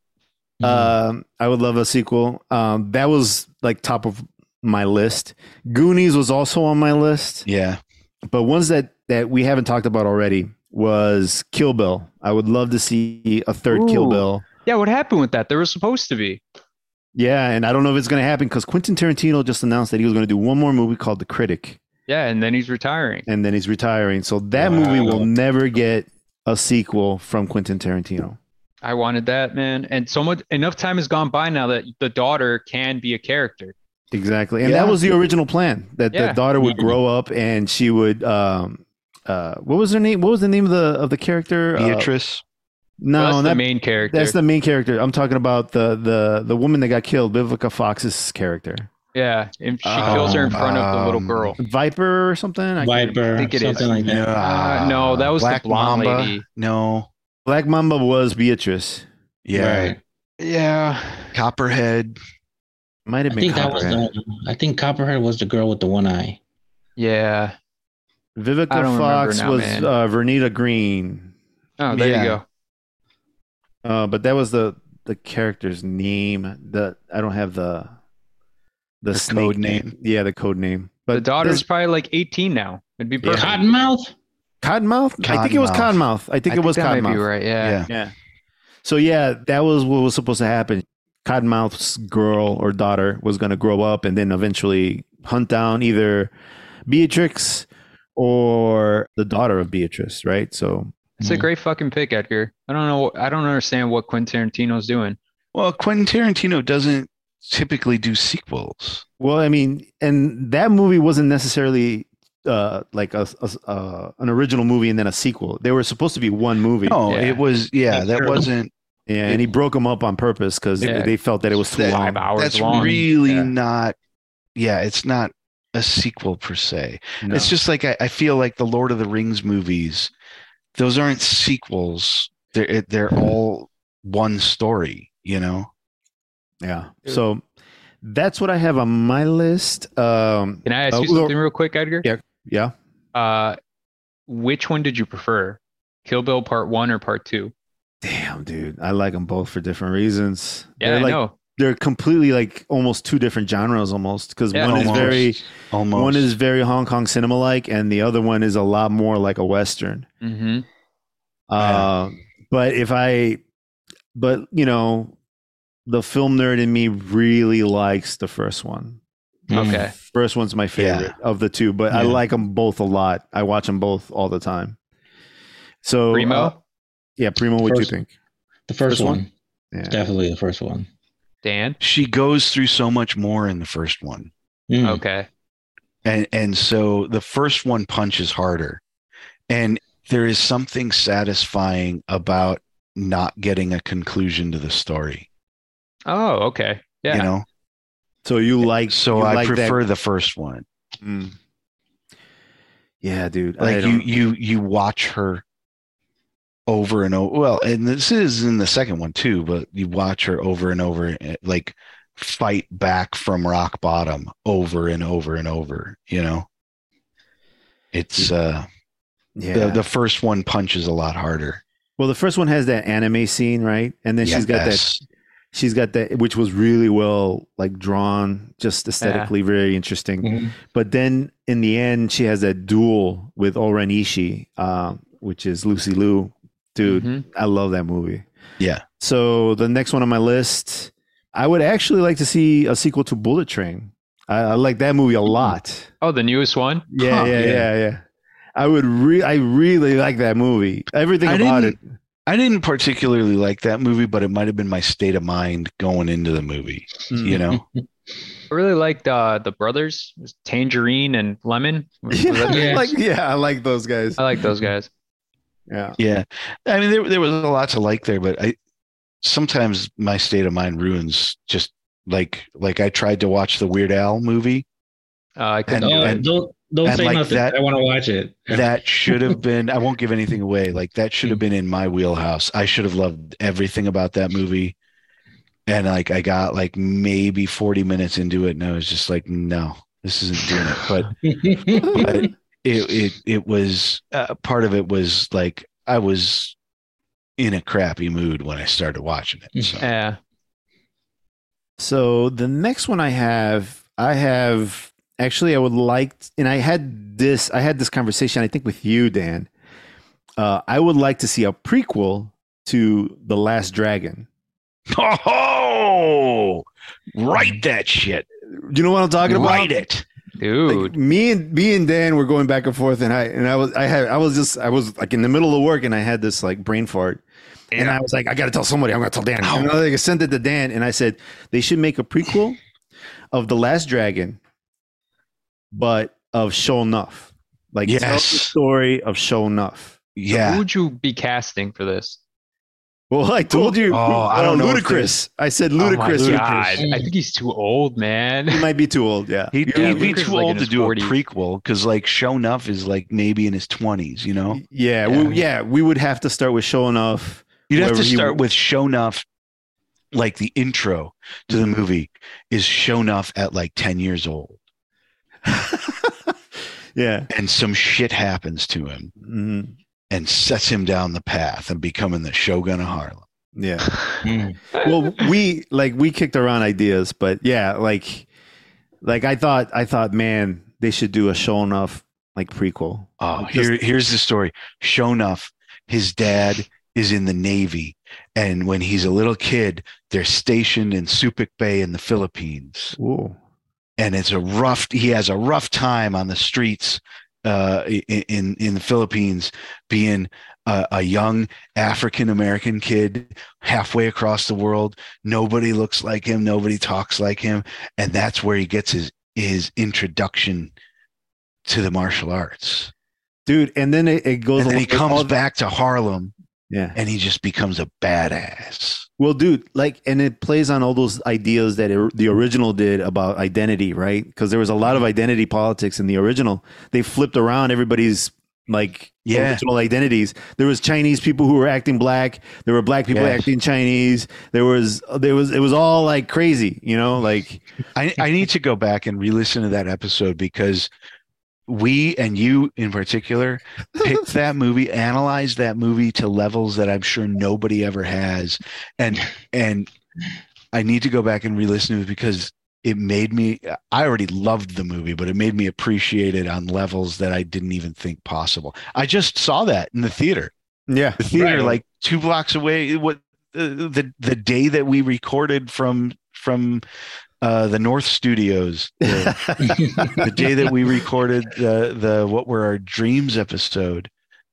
Mm-hmm.
Uh,
um i would love a sequel um that was like top of my list goonies was also on my list
Yeah.
but ones that that we haven't talked about already was kill bill i would love to see a third kill
Ooh.
bill
Yeah, what happened with that? There was supposed to be.
yeah and i don't know if it's going to happen because quentin tarantino just announced that he was going to do one more movie called the critic
Yeah, and then he's retiring.
and then he's retiring. So that
Wow.
movie will never get a sequel from Quentin Tarantino.
I wanted that, man. And so much enough time has gone by now that the daughter can be a character.
Exactly. And
Yeah.
that was the original plan that the
Yeah.
daughter would grow up and she would um uh what was her name? What was the name of the of the character? Uh,
Beatrice.
no,
that's
that-
the main character.
that's the main character. I'm talking about the the the woman that got killed, Vivica Fox's character.
yeah, and she kills her in front of the little
Um,
girl.
Viper or something? I can't-
Viper,
think it
something like
is.
that.
Uh, no, that was the blonde lady.
Ah. No.
Black Mamba was Beatrice.
Yeah.
Right.
Yeah,
Copperhead.
Might
I
have been
think that was
Copperhead.
the. I think Copperhead was the girl with the one eye.
yeah. I
Vivica
don't remember
Fox
now,
was
man.
uh, Vernita Green.
Oh, there
Yeah.
you go.
Uh, but that was the the character's name. The I don't have the the,
The
snake
code name.
Yeah, the code name. But
the daughter's
this-
probably like 18 now. It'd be perfect. I
Cottonmouth.
Cottonmouth. I think it was
Cottonmouth.
Cottonmouth. I think it was
that might
Cottonmouth.
be right. Yeah.
Yeah.
Yeah. So yeah, that was what was supposed to happen. Cottonmouth's girl or daughter was going to grow up and then eventually hunt down either Beatrix or the daughter of Beatrice, right? So
It's a great fucking pick, Edgar. I don't know. I don't understand what Quentin Tarantino's doing.
Well, Quentin Tarantino doesn't typically do sequels.
Well, I mean, and that movie wasn't necessarily uh, like a, a- uh, an original movie and then a sequel. They were supposed to be one movie.
No,
Yeah.
it was yeah,
That's
that
true.
wasn't
Yeah, and he broke them up on purpose because
Yeah.
they felt that it was too
That-
long.
Five hours
that's
long.
really
Yeah.
not yeah, it's not a sequel per se.
No.
It's just like I, I feel like the Lord of the Rings movies, those aren't sequels. They're it- they're
Hmm.
all one story, you know?
yeah.
Yeah.
So that's what I have on my list. Um,
Can I ask
Uh,
you
well-
something real quick, Edgar?
Yeah. yeah,
Uh, which one did you prefer, Kill Bill Part One or Part Two?
damn, dude, I like them both for different reasons.
Yeah,
they're
I
like
know.
they're completely like almost two different genres almost because
Yeah,
one
almost.
is very
Almost
one is very Hong Kong cinema like, and the other one is a lot more like a western.
hmm
Uh, but if I, but you know, the film nerd in me really likes the first one. Mm.
Okay.
First one's my favorite of the two, but I
Yeah.
like them both a lot. I watch them both all the time. So
Primo.
uh, yeah, Primo. What do you
First-
think?
The first,
First one?
one.
Yeah.
Definitely the first one.
Dan.
she goes through so much more in the first one.
Hmm.
Mm.
Okay.
and and so the first one punches harder and there is something satisfying about not getting a conclusion to the story
Oh, okay. Yeah.
you know
So you like?
so
you
i
like that-
prefer the first one
Mm. Yeah, dude. I
like you
don't-
you you watch her over and over well and this is in the second one too but you watch her over and over eh, like fight back from rock bottom over and over and over you know it's uh
yeah.
the, the first one punches a lot harder
well, the first one has that anime scene, right? And then she's got that
Yes.
she's got that which was really well like drawn just aesthetically very interesting
Mhm.
but then in the end she has that duel with oren ishii uh, which is lucy liu dude
Mhm.
i love that movie
Yeah.
so the next one on my list i would actually like to see a sequel to bullet train i, I like that movie a lot
Oh, the newest one.
yeah
Huh.
yeah
Yeah.
yeah yeah i would re- i really like that movie everything
I
about it
didn't- I didn't particularly like that movie, but it might have been my state of mind going into the movie. You know,
Mm-hmm.
I really liked uh, the brothers, It was Tangerine and Lemon. Was that-
Yeah.
like yeah i like those guys
I like those guys.
yeah
yeah. I mean, there there was a lot to like there, but I sometimes my state of mind ruins just like like I tried to watch the Weird Al movie
Uh, I couldn't
And-
do
Oh,
it.
and-
don't don't
and
say
like
nothing.
that-
I want to watch it.
that should have been. I won't give anything away. Like that should
Mm.
have been in my wheelhouse. I should have loved everything about that movie. And like I got like maybe forty minutes into it, and I was just like, no, this isn't doing it. But but it it it was uh, part of it was like I was in a crappy mood when I started watching it. So.
Yeah.
So the next one I have, I have actually I would like, and I had this, I had this conversation I think with you, Dan. Uh, I would like to see a prequel to The Last Dragon.
Oh, write that shit.
You know what I'm talking about?
Write it.
Like,
Dude.
me and me and Dan were going back and forth, and I and I was I had I was just I was like in the middle of work, and I had this like brain fart, and I was like, I got to tell somebody. I'm going to tell Dan. And I like, sent it to Dan, and I said they should make a prequel of the last dragon, but of Shulnuff. Like tell the
Yes.
story of Shulnuff.
Who
Yeah.
would you be casting for this?
Well, I told you.
Oh, I don't know if
Ludicrous. I said
Oh my
ludicrous.
God. I think he's too old,
He
man.
might be too old. Yeah.
He'd,
Yeah,
he'd be
Lucas is,
too
like, in
old to
his
do
40s.
a prequel because, like, Shonuff is like maybe in his 20s, you know?
Yeah. Yeah. We, yeah. We would have to start with Shulnuff.
You'd have
Whoever
to
he
start
w-
with Shonuff, like the intro to the movie is Shonuff at like 10 years old,
Yeah.
and some shit happens to him
Mhm.
and sets him down the path of becoming the Shogun of Harlem.
Yeah.
Mm.
well we like we kicked around ideas but yeah like like i thought i thought man they should do a show enough like prequel
Oh,
Just-
here, here's the story. Shonuff, his dad is in the Navy, and when he's a little kid, they're stationed in Subic Bay in the Philippines,
Ooh.
and it's a rough. He has a rough time on the streets uh, i- in in the Philippines, being a, a young African American kid halfway across the world. Nobody looks like him. Nobody talks like him, and that's where he gets his his introduction to the martial arts
dude and then it, it goes
and then
along
he
with
comes
all-
back to Harlem
yeah
and he just becomes a badass.
well dude like and it plays on all those ideas that it, the original did about identity right because there was a lot of identity politics in the original they flipped around everybody's like
Yeah.
original identities there was chinese people who were acting black there were black people
Yes.
acting chinese there was there was it was all like crazy you know like
I, I need to go back and re-listen to that episode because we and you in particular picked that movie, analyzed that movie to levels that I'm sure nobody ever has. And and I need to go back and re-listen to it because it made me I already loved the movie, but it made me appreciate it on levels that I didn't even think possible. I just saw that in the theater.
yeah
the theater
Right.
like two blocks away what uh, the the day that we recorded from from uh the north studios the, the day that we recorded the the what were our dreams episode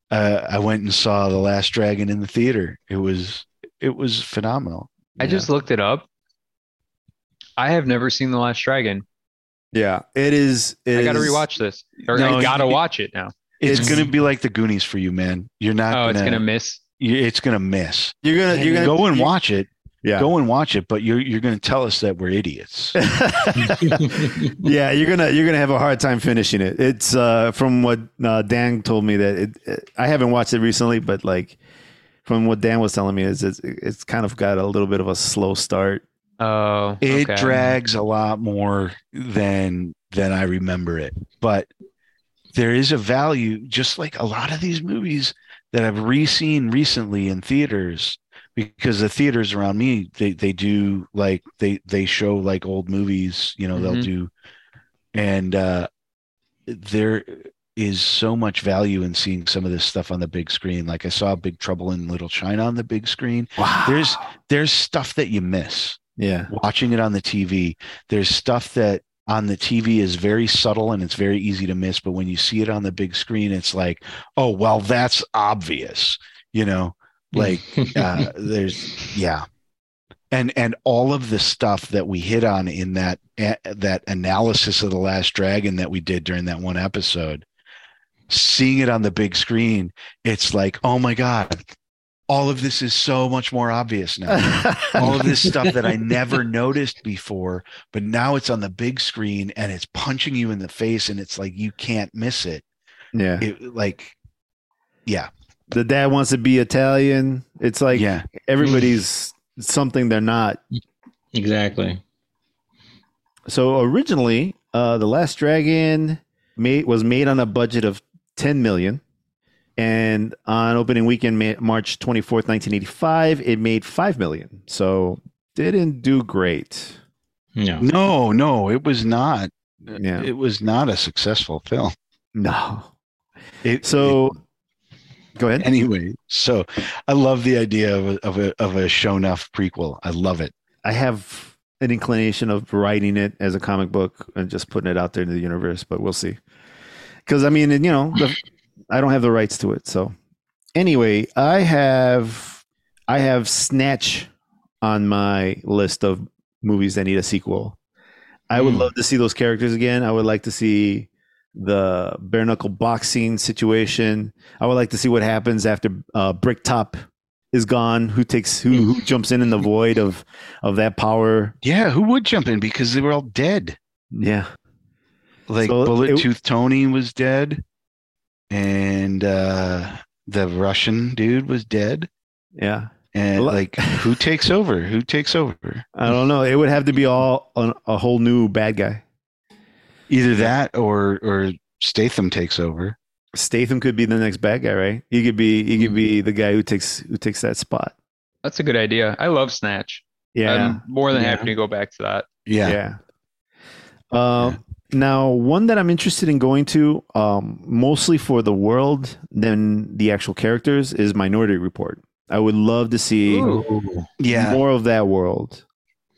uh i went and saw the last dragon in the theater it was it was phenomenal
I just looked it up. I have never seen The Last Dragon.
Yeah, it is. it
I got to
is-
rewatch this. Or
No,
I got to
you-
watch it now.
it's,
It's-
gonna be like the goonies for you man you're not
Oh,
gonna,
it's going to miss.
you- it's gonna miss
You're gonna. You're gonna
go and watch it
Yeah.
go and watch it but you're you're gonna tell us that we're idiots
Mm.
yeah, you're gonna you're gonna have a hard time finishing it. It's uh, from what uh, Dan told me that it, it- I haven't watched it recently, but like from what Dan was telling me is it's, it's kind of got a little bit of a slow start.
Oh,
it
okay.
drags a lot more than than i remember it but there is a value just like a lot of these movies that i've re-seen recently in theaters because the theaters around me they they do like they they show like old movies you know they'll
Mhm.
do and uh there is so much value in seeing some of this stuff on the big screen like i saw big trouble in little china on the big screen
Wow.
there's there's stuff that you miss
yeah,
watching it on the TV, there's stuff that on the TV is very subtle and it's very easy to miss. But when you see it on the big screen, it's like, oh, well, that's obvious, you know, like uh, there's, yeah. And, and all of the stuff that we hit on in that eh, that analysis of the last dragon that we did during that one episode seeing it on the big screen it's like oh my god all of this is so much more obvious now all of this stuff that I never noticed before, but now it's on the big screen and it's punching you in the face and it's like you can't miss it.
yeah.
It like
The dad wants to be Italian. It's like
yeah.
everybody's something they're not.
Exactly.
So originally, uh, the Last Dragon made was made on a budget of 10 million, and on opening weekend, Ma- March 24th, 1985, it made 5 million. So didn't do great.
No.
No, no, it was not.
Yeah.
It was not a successful film.
No.
It,
So go
it-
ahead.
anyway, so I love the idea of a, of a of a show enough prequel. I love it.
I have an inclination of writing it as a comic book and just putting it out there into the universe, but we'll see. Because I mean, you know, the, I don't have the rights to it. So anyway, I have I have Snatch on my list of movies that need a sequel. I would
Mm.
love to see those characters again. I would like to see the bare knuckle boxing situation. I would like to see what happens after uh, Bricktop is gone. Who takes who? Who jumps in in the void of of that power?
Yeah, who would jump in because they were all dead.
Yeah,
Like
So it-
Bullet Tooth Tony was dead, and uh the Russian dude was dead.
yeah.
And
Lo-
like, who takes over? Who takes over?
I don't know. It would have to be all an, a whole new bad guy.
Either that or or Statham takes over.
Statham could be the next bad guy, right? He could be. He could be the guy who takes who takes that spot.
That's a good idea. I love Snatch.
Yeah.
I'm more than
Yeah.
happy to go back to that.
Yeah.
Yeah. Uh, Now, one that I'm interested in going to, um, mostly for the world than the actual characters, is Minority Report. I would love to see
Yeah.
more of that world.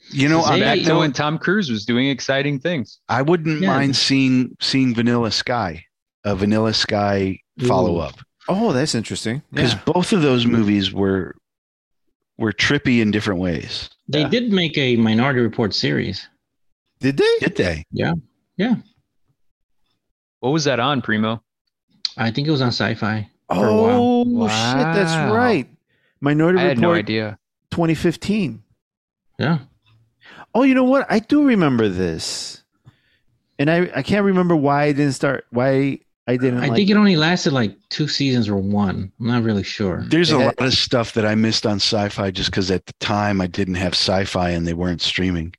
You know,
Is
I'm
he-
back
back
Hey,
to
to
when Tom Cruise was doing exciting things.
I wouldn't
Yeah.
mind seeing seeing Vanilla Sky, a Vanilla Sky
Ooh.
follow up.
Oh, that's interesting.
Because both of those movies were were trippy in different ways.
They
Yeah.
did make a Minority Report series.
Did they?
Did they?
What was that on, Primo?
I think it was on Sci-Fi.
a while.
Oh shit, that's
Wow.
right.
I
Minority
had no
Report
idea.
2015.
Yeah.
Oh, you know what? I do remember this, and I I can't remember why I didn't start. Why I didn't.
I
like
think it only lasted like two seasons or one. I'm not really sure.
There's a
Yeah.
lot of stuff that I missed on sci-fi just because at the time I didn't have sci-fi and they weren't streaming.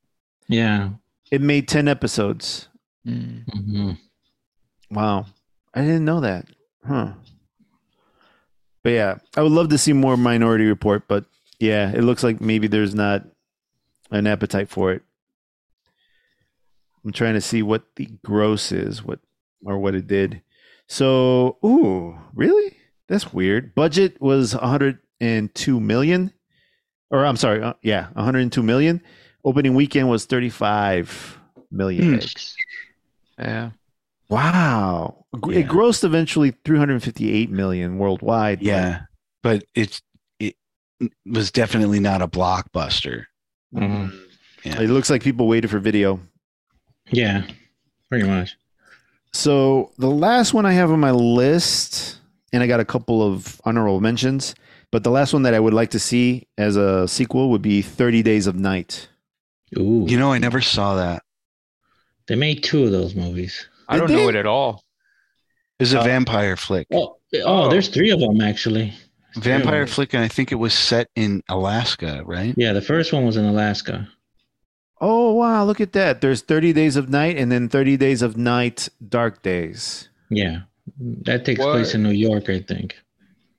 Yeah.
it made ten episodes.
Mm.
hmm
Wow. I didn't know that. Huh. But yeah, I would love to see more Minority Report, but yeah, it looks like maybe there's not an appetite for it. I'm trying to see what the gross is, what or what it did. So, ooh, really? That's weird. Budget was 102 million. Or I'm sorry, uh, yeah, 102 million. Opening weekend was 35
Hmm.
million.
Yeah.
Wow. Gr- It
Yeah.
grossed eventually 358 million worldwide. but-
Yeah, but it's it was definitely not a blockbuster.
hmm
Mm-hmm. Yeah.
It looks like people waited for video.
Yeah. Pretty much.
So the last one I have on my list, and I got a couple of honorable mentions, but the last one that I would like to see as a sequel would be 30 Days of Night.
Ooh.
You know, I never saw that.
they made two of those movies.
I
Did
don't know
they?
it at all.
It's a
Uh,
vampire flick.
Oh, oh, there's three of them actually.
vampire
yeah.
flick, and I think it was set in Alaska, right?
Yeah, the first one was in Alaska.
Oh, wow. Look at that. There's 30 Days of Night and then 30 Days of Night, Dark Days.
Yeah. That takes
What?
place in New York, I think.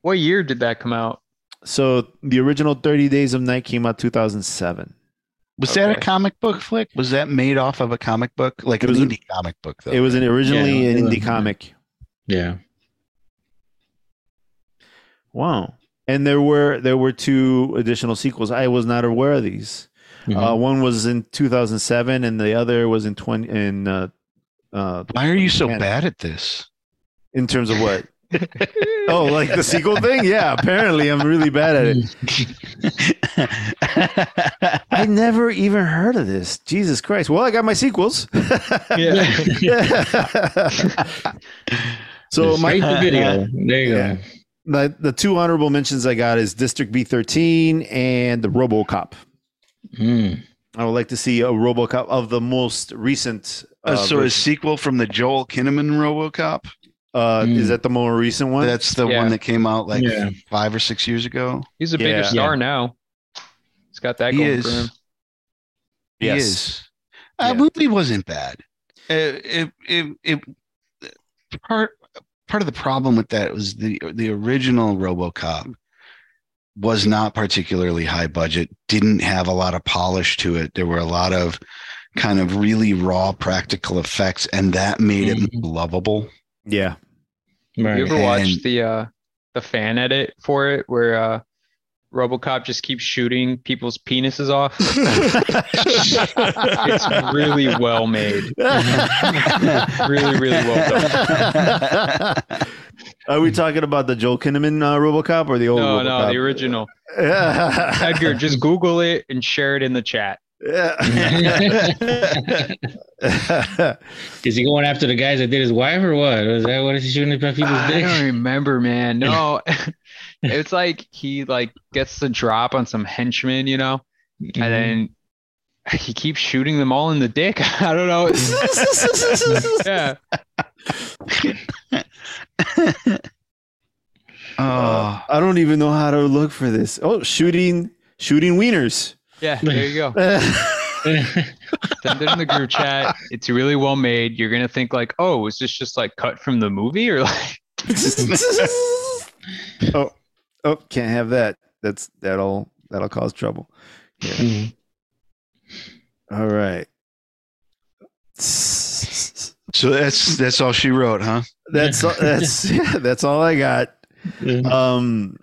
What year did that come out?
So the original 30 Days of Night came out 2007.
Was that a
Okay.
comic book flick? Was that made off of a comic book? Like
It
it
was a-
was an indie comic book, though.
It was an originally
Yeah, it
an
was-
indie comic.
Yeah.
Wow. And there were there were two additional sequels. I was not aware of these.
Mhm.
Uh, one was in 2007, and the other was in 20 in uh, uh,
Why are you so
Man.
bad at this?
in terms of what? oh, like the sequel thing? Yeah. Apparently, I'm really bad at it.
Mm.
I never even heard of this. Jesus Christ. Well, I got my sequels.
Yeah.
so my
Straight to video. There you
Yeah.
go.
the, the two honorable mentions I got is District B13 and the RoboCop.
Mm.
I would like to see a RoboCop of the most recent.
Uh, so a
version.
sequel from the Joel Kinnaman RoboCop.
Uh,
Mm.
Is that the more recent one?
That's the
Yeah.
one that came out like
Yeah.
five or six years ago.
He's a
Yeah.
bigger star now. He's got that
He
going for
is.
him.
He
Yes.
is. That
Yeah.
movie wasn't bad. Uh, It, it, it, part part of the problem with that was the the original RoboCop was not particularly high budget. Didn't have a lot of polish to it. There were a lot of kind of really raw practical effects, and that made it
Mm-hmm.
Mhm.
more lovable.
yeah.
Right.
You ever
And-
watch the uh the fan edit for it where uh RoboCop just keeps shooting people's penises off? it's really well made. Really, really well done.
Are we talking about the Joel Kinnaman uh, RoboCop or the old
No, no,
RoboCop?
the original.
Yeah.
Edgar, just Google it and share it in the chat.
Yeah.
Is he going after the guys that did his wife or what? Was that what is he shooting at people's
I
dicks?
don't remember, man. No, it's like he like gets the drop on some henchmen, you know,
Mm-hmm.
and then he keeps shooting them all in the dick. I don't know. yeah,
Uh,
oh,
I don't even know how to look for this. Oh, shooting shooting wieners.
yeah. There you go.
Mhm.
Send it in the group chat. It's really well made. You're gonna think like, oh, is this just like cut from the movie or like?
oh, oh, can't have that. That's that'll that'll cause trouble. All right.
so that's that's all she wrote, huh?
That's that's yeah, that's all I got.
Mm-hmm.
Um,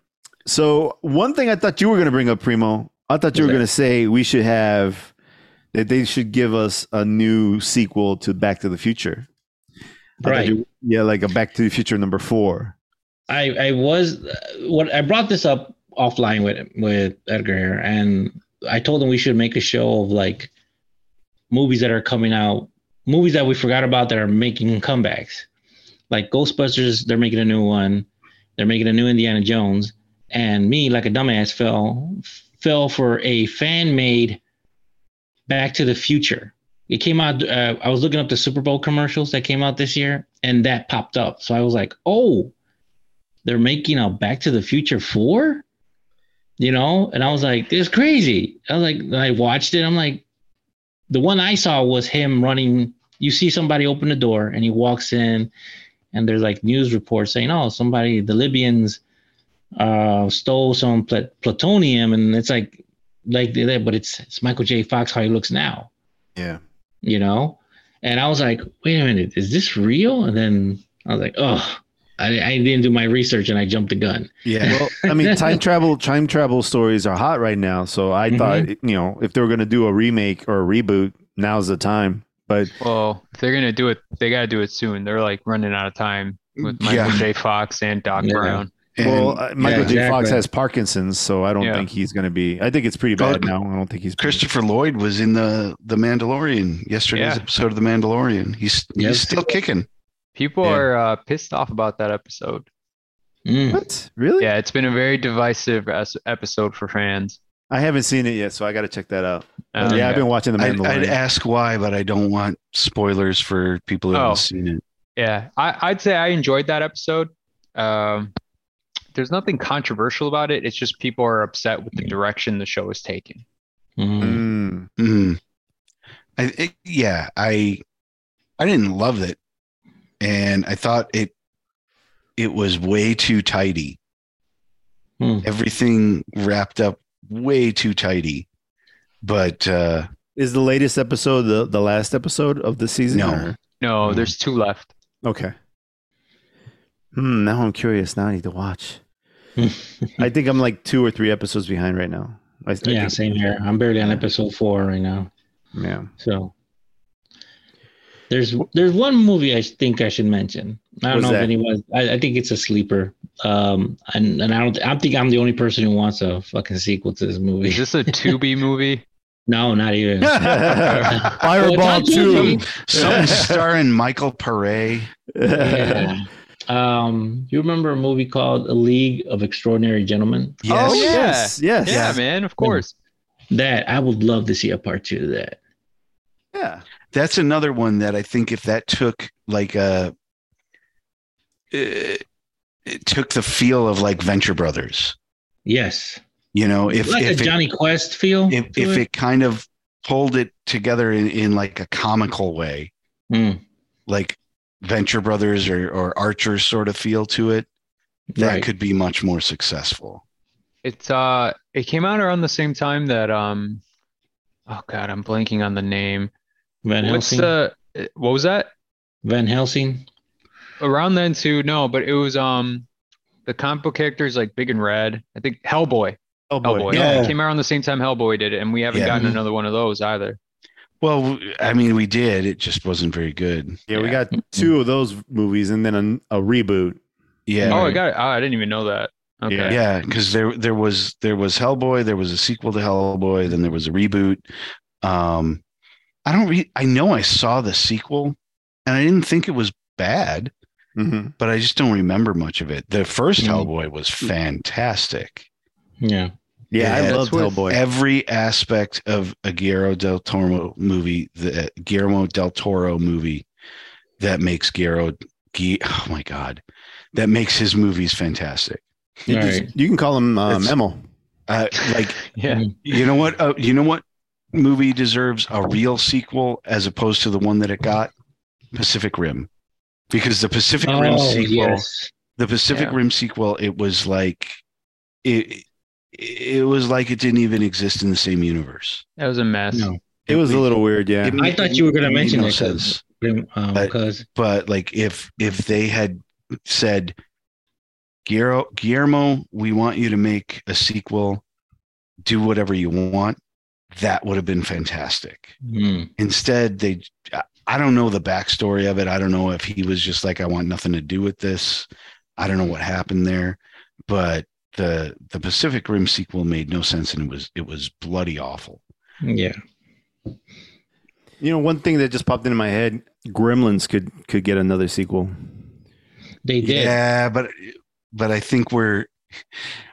so one thing I thought you were going to bring up, Primo. I thought you were
Okay.
going to say we should have that they should give us a new sequel to Back to the Future. I thought
Right.
you- yeah, like a Back to the Future number four.
I I was what I brought this up offline with with Edgar here, and I told him we should make a show of like movies that are coming out, movies that we forgot about that are making comebacks, like Ghostbusters. They're making a new one. They're making a new Indiana Jones, and me, like a dumbass, fell fell for a fan made Back to the Future. It came out. Uh, I was looking up the Super Bowl commercials that came out this year, and that popped up. So I was like, oh they're making a Back to the Future four, you know, and I was like, this is crazy. I was like, and I watched it. I'm like, the one I saw was him running. You see somebody open the door, and he walks in, and there's like news reports saying, oh, somebody, the Libyans, uh, stole some pla- plutonium, and it's like, like they did, but it's it's Michael J. Fox how he looks now
Yeah.
you know? And I was like, wait a minute, is this real? And then I was like, oh, I, I didn't do my research and I jumped the gun.
Yeah.
Well, I mean, time travel time travel stories are hot right now. So I
Mm-hmm.
Mhm.
thought you know if they were going to do a remake or a reboot, now's the time. But
Well, if they're gonna do it, they gotta do it soon. They're like running out of time with Michael
Yeah.
J. Fox and Doc
Yeah.
Brown.
well,
well,
uh, Michael J. Fox
exactly.
has Parkinson's, so I don't
Yeah.
think he's going to be. I think it's pretty
Go-
bad now. I don't think he's
Christopher Lloyd was in the the Mandalorian yesterday's
Yeah.
episode of the Mandalorian. He's
Yes.
he's still kicking.
People
Yeah.
are uh, pissed off about that episode.
Mm.
What really?
Yeah, it's been a very divisive es- episode for fans.
I haven't seen it yet, so I got to check that out.
Um,
Oh, yeah, I've been watching the
I'd, I'd
Mandalorian.
ask why, but I don't want spoilers for people who
Oh.
haven't seen it.
yeah. I, I'd say I enjoyed that episode. Um, there's nothing controversial about it. It's just people are upset with the direction the show is taking.
Mm.
Mm.
Mm. I it, yeah, I I didn't love it, and I thought it it was way too tidy.
Mm.
Everything wrapped up way too tidy. But uh
Is the latest episode the, the last episode of the season?
No.
No,
Mm.
there's two left.
or- Okay. Hmm, now I'm curious. Now I need to watch. I think I'm like two or three episodes behind right now. I, I
Yeah,
Think,
same here. I'm barely on episode four right now.
yeah.
So there's there's one movie I think I should mention. I don't
What's
know
that?
if anyone. I, I think it's a sleeper. Um, and, and I don't. I think I'm the only person who wants a fucking sequel to this
Is
movie.
this a 2B movie?
No, not even.
Fireball
Well, it's not
two.
Disney.
something starring Michael Paré.
yeah. Um, you remember a movie called A League of Extraordinary Gentlemen?
Yes.
Oh
yeah.
yes, yes,
Yeah, man, of course.
That I would love to see a part two of that.
yeah.
That's another one that I think if that took like a it, it took the feel of like Venture Brothers.
Yes.
You know, if
like
if
a
it-
Johnny Quest feel.
if,
to
if it kind of pulled it together in, in like a comical way,
Mm,
like Venture Brothers or, or Archer sort of feel to it, that
right.
could be much more successful.
It's uh it came out around the same time that um oh god, I'm blanking on the name.
Van
What's
Helsing.
the what was that?
Van Helsing.
around then too. No, but it was um the comic book characters like Big and Red. I think Hellboy.
Oh
Hellboy.
Yeah.
It came around the same time Hellboy did it, and we haven't
Yeah.
Mm-hmm.
gotten
Mhm.
another one of those either.
Well, I mean, we did. It just wasn't very good.
Yeah, we
Yeah.
got two of those movies, and then a, a reboot.
Yeah.
Oh, I got it. Oh, I didn't even know that. Okay.
Yeah.
yeah, because there there was there was Hellboy, there was a sequel to Hellboy, then there was a reboot, Um, I don't. Re- I know I saw the sequel, and I didn't think it was bad,
hmm
but I just don't remember much of it. The 1st
Mhm.
Hellboy was fantastic.
Yeah.
Yeah, I
Yeah,
loved
that's
Hellboy.
Every aspect of a Guillermo del Toro movie, the Guillermo del Toro movie, that makes Guillermo. Gui- oh my god, that makes his movies fantastic.
you,
All
just-
right.
you can call him uh,
It's-
Memo.
Uh, like
yeah.
You know what? Uh, you know what movie deserves a real sequel as opposed to the one that it got? Pacific Rim, because the Pacific Rim
Oh,
sequel,
yes.
the Pacific
Yeah.
Rim sequel, it was like it, it was like it didn't even exist in the same universe.
That was a mess.
No.
It was a little weird, yeah.
it made-
I thought you were gonna
it made
mention
no
it, 'cause-
sense.
Rim, um,
But-
because
But like, if if they had said, Guillermo, Guillermo, we want you to make a sequel, do whatever you want, that would have been fantastic.
mm,
instead they I- i don't know the backstory of it i don't know if he was just like i want nothing to do with this i don't know what happened there but the the pacific rim sequel made no sense and it was it was bloody awful
yeah.
You know, one thing that just popped into my head: Gremlins could could get another sequel.
They did.
yeah but but i think we're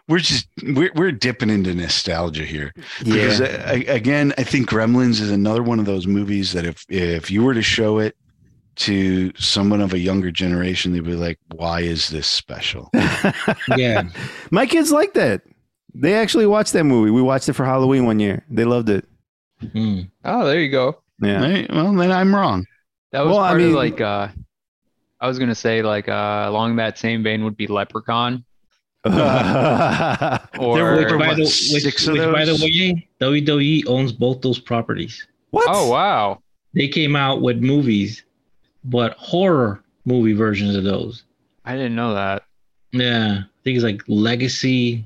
we're just we're, we're dipping into nostalgia here because
Yeah,
I, again i think gremlins is another one of those movies that if if you were to show it to someone of a younger generation they'd be like why is this special
Yeah.
my kids like that. They actually watched that movie. We watched it for Halloween one year. They loved it.
Mm.
Oh, there you go.
Yeah.
Right, well then i'm wrong
That was
Well, I
part
mean-
of like uh I was gonna say like uh along that same vein would be Leprechaun
There
or
were
By
what,
the, which,
six of
which by the
those?
way, WWE owns both those properties.
what?
Oh wow.
They came out with movies, but horror movie versions of those.
I didn't know that.
Yeah. I think it's like Legacy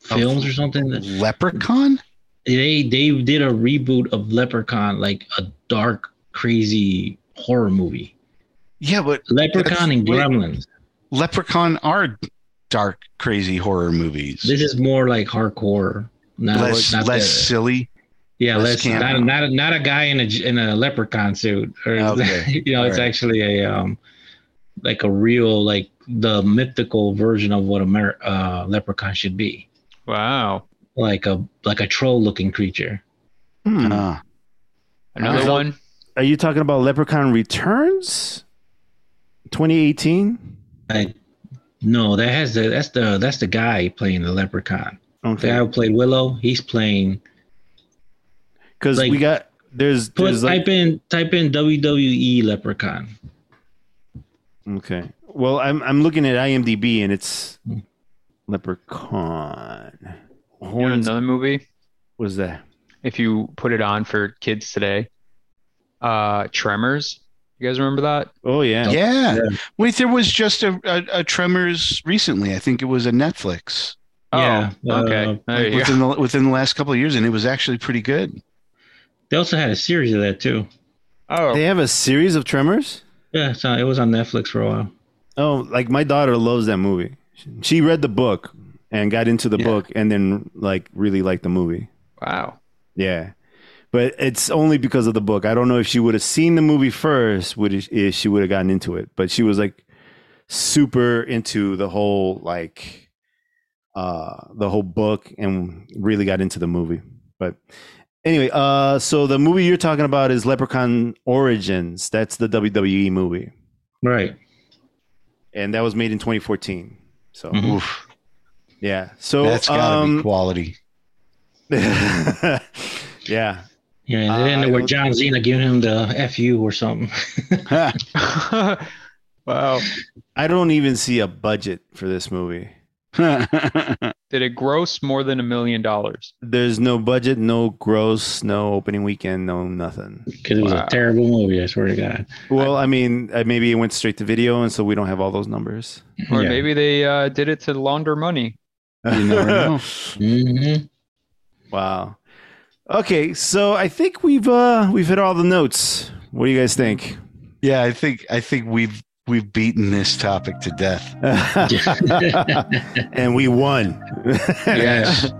Films or something.
leprechaun
They they did a reboot of Leprechaun, like a dark, crazy horror movie.
yeah but
Leprechaun
That's-
and
wait.
Gremlins.
leprechaun are dark crazy horror movies
This is more like hardcore. Not,
less
not
less
the-
silly
Yeah,
Less
let's
camp.
not a, not a, not a guy in a in a leprechaun suit, or
Okay.
you know, it's
Alright.
actually a um, like a real like the mythical version of what a mer- uh, leprechaun should be,
Wow.
like a like a troll looking creature.
Hmm.
Uh-huh.
Ah.
Another
Alright.
one.
Are you talking about Leprechaun Returns? 2018.
Like, no, that has the that's the that's the guy playing the leprechaun. The guy
Okay.
who played Willow, he's playing.
Because
like-
we got there's
Put
there's like
type in type in WWE leprechaun.
okay. Well, I'm I'm looking at IMDb and it's Leprechaun.
Hmm. You know
Horns
another movie.
was that?
If you put it on for kids today. Uh Tremors. You guys remember that?
Oh yeah.
yeah.
Yeah.
wait there was just a, a, a tremors recently i think it was a netflix
Oh,
Yeah, uh,
okay. there you go.
within the within the last couple of years and it was actually pretty good
They also had a series of that too.
Oh,
They have a series of Tremors.
Yeah, so it was on Netflix for a while.
Oh, like my daughter loves that movie. She read the book and got into the
Yeah.
book and then like really liked the movie.
wow.
Yeah. But it's only because of the book. I don't know if she would have seen the movie first, would if she would have gotten into it. But she was like super into the whole like uh the whole book and really got into the movie. But anyway, uh so the movie you're talking about is Leprechaun Origins. That's the WWE movie.
Right.
And that was made in 2014. So
Mhm.
Oof,
yeah. So
that's gotta
um,
be quality
yeah.
Yeah, and
Uh,
then
I
they were
don't-
John Cena giving him the FU or something.
wow.
I don't even see a budget for this movie.
Did it gross more than a million dollars?
There's no budget, no gross, no opening weekend, no nothing.
Because it was
Wow.
a terrible movie, I swear to God.
Well, I mean, uh, maybe it went straight to video, and so we don't have all those numbers.
Or
Yeah.
maybe they uh, did it to launder money.
you never know
Mhm.
Wow. Okay, so I think we've uh we've hit all the notes. What do you guys think?
yeah i think i think we've we've beaten this topic to death
and we won.
Yeah.
so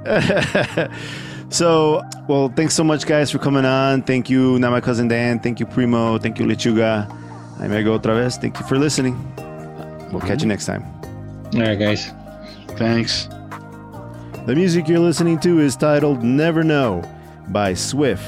So, well, thanks so much, guys, for coming on. Thank you, not my cousin Dan. Thank you, Primo. Thank you, Lechuga. I'm Ergo Traves. Thank you for listening. We'll catch you next time.
All right, guys.
Thanks.
The music you're listening to is titled Never Know by Swift.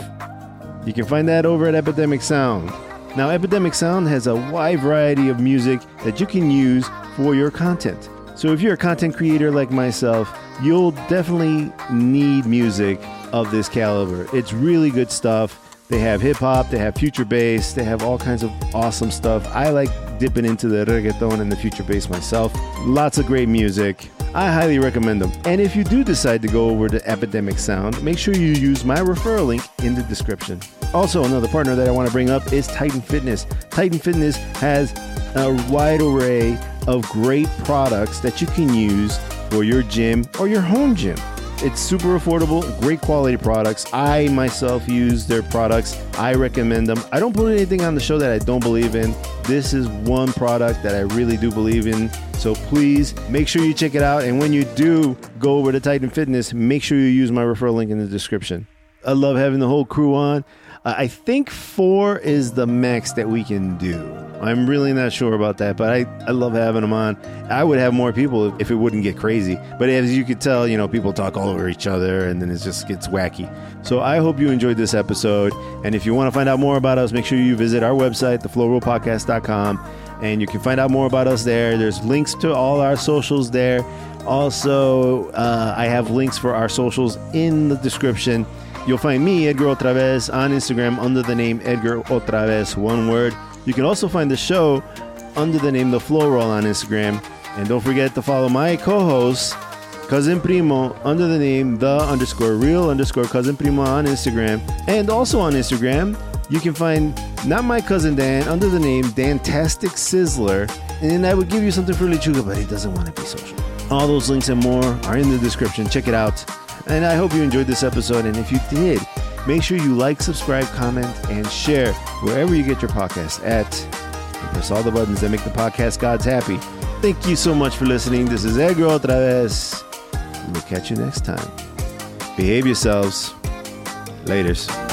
You can find that over at Epidemic Sound. Now, Epidemic Sound has a wide variety of music that you can use for your content. So, if you're a content creator like myself, you'll definitely need music of this caliber. It's really good stuff. They have hip hop, they have future bass, they have all kinds of awesome stuff. I like dipping into the reggaeton and the future bass myself. Lots of great music. I highly recommend them. And if you do decide to go over to Epidemic Sound, make sure you use my referral link in the description. Also, another partner that I want to bring up is Titan Fitness. Titan Fitness has a wide array of great products that you can use for your gym or your home gym. It's super affordable, great quality products. I myself use their products. I recommend them. I don't put anything on the show that I don't believe in. This is one product that I really do believe in. So please make sure you check it out. And when you do go over to Titan Fitness, make sure you use my referral link in the description. I love having the whole crew on. Uh, I think four is the max that we can do. I'm really not sure about that, but I, I love having them on. I would have more people if, if it wouldn't get crazy. But as you could tell, you know, people talk all over each other and then it just gets wacky. So I hope you enjoyed this episode. And if you want to find out more about us, make sure you visit our website, theflowrollpodcast.com, and you can find out more about us there. There's links to all our socials there. Also, uh, I have links for our socials in the description. You'll find me, Edgar Otraves, on Instagram under the name Edgar Otraves, one word. You can also find the show under the name The Flow Roll on Instagram. And don't forget to follow my co host, Cousin Primo, under the name The underscore real underscore Cousin Primo on Instagram. And also on Instagram, you can find Not My Cousin Dan under the name Dantastic Sizzler. And then I would give you something for Lechuga, but he doesn't want to be social. All those links and more are in the description. Check it out. And I hope you enjoyed this episode. And if you did, make sure you like, subscribe, comment, and share wherever you get your podcast at. And press all the buttons that make the podcast gods happy. Thank you so much for listening. This is Edgar otra vez. We'll catch you next time. Behave yourselves. Laters.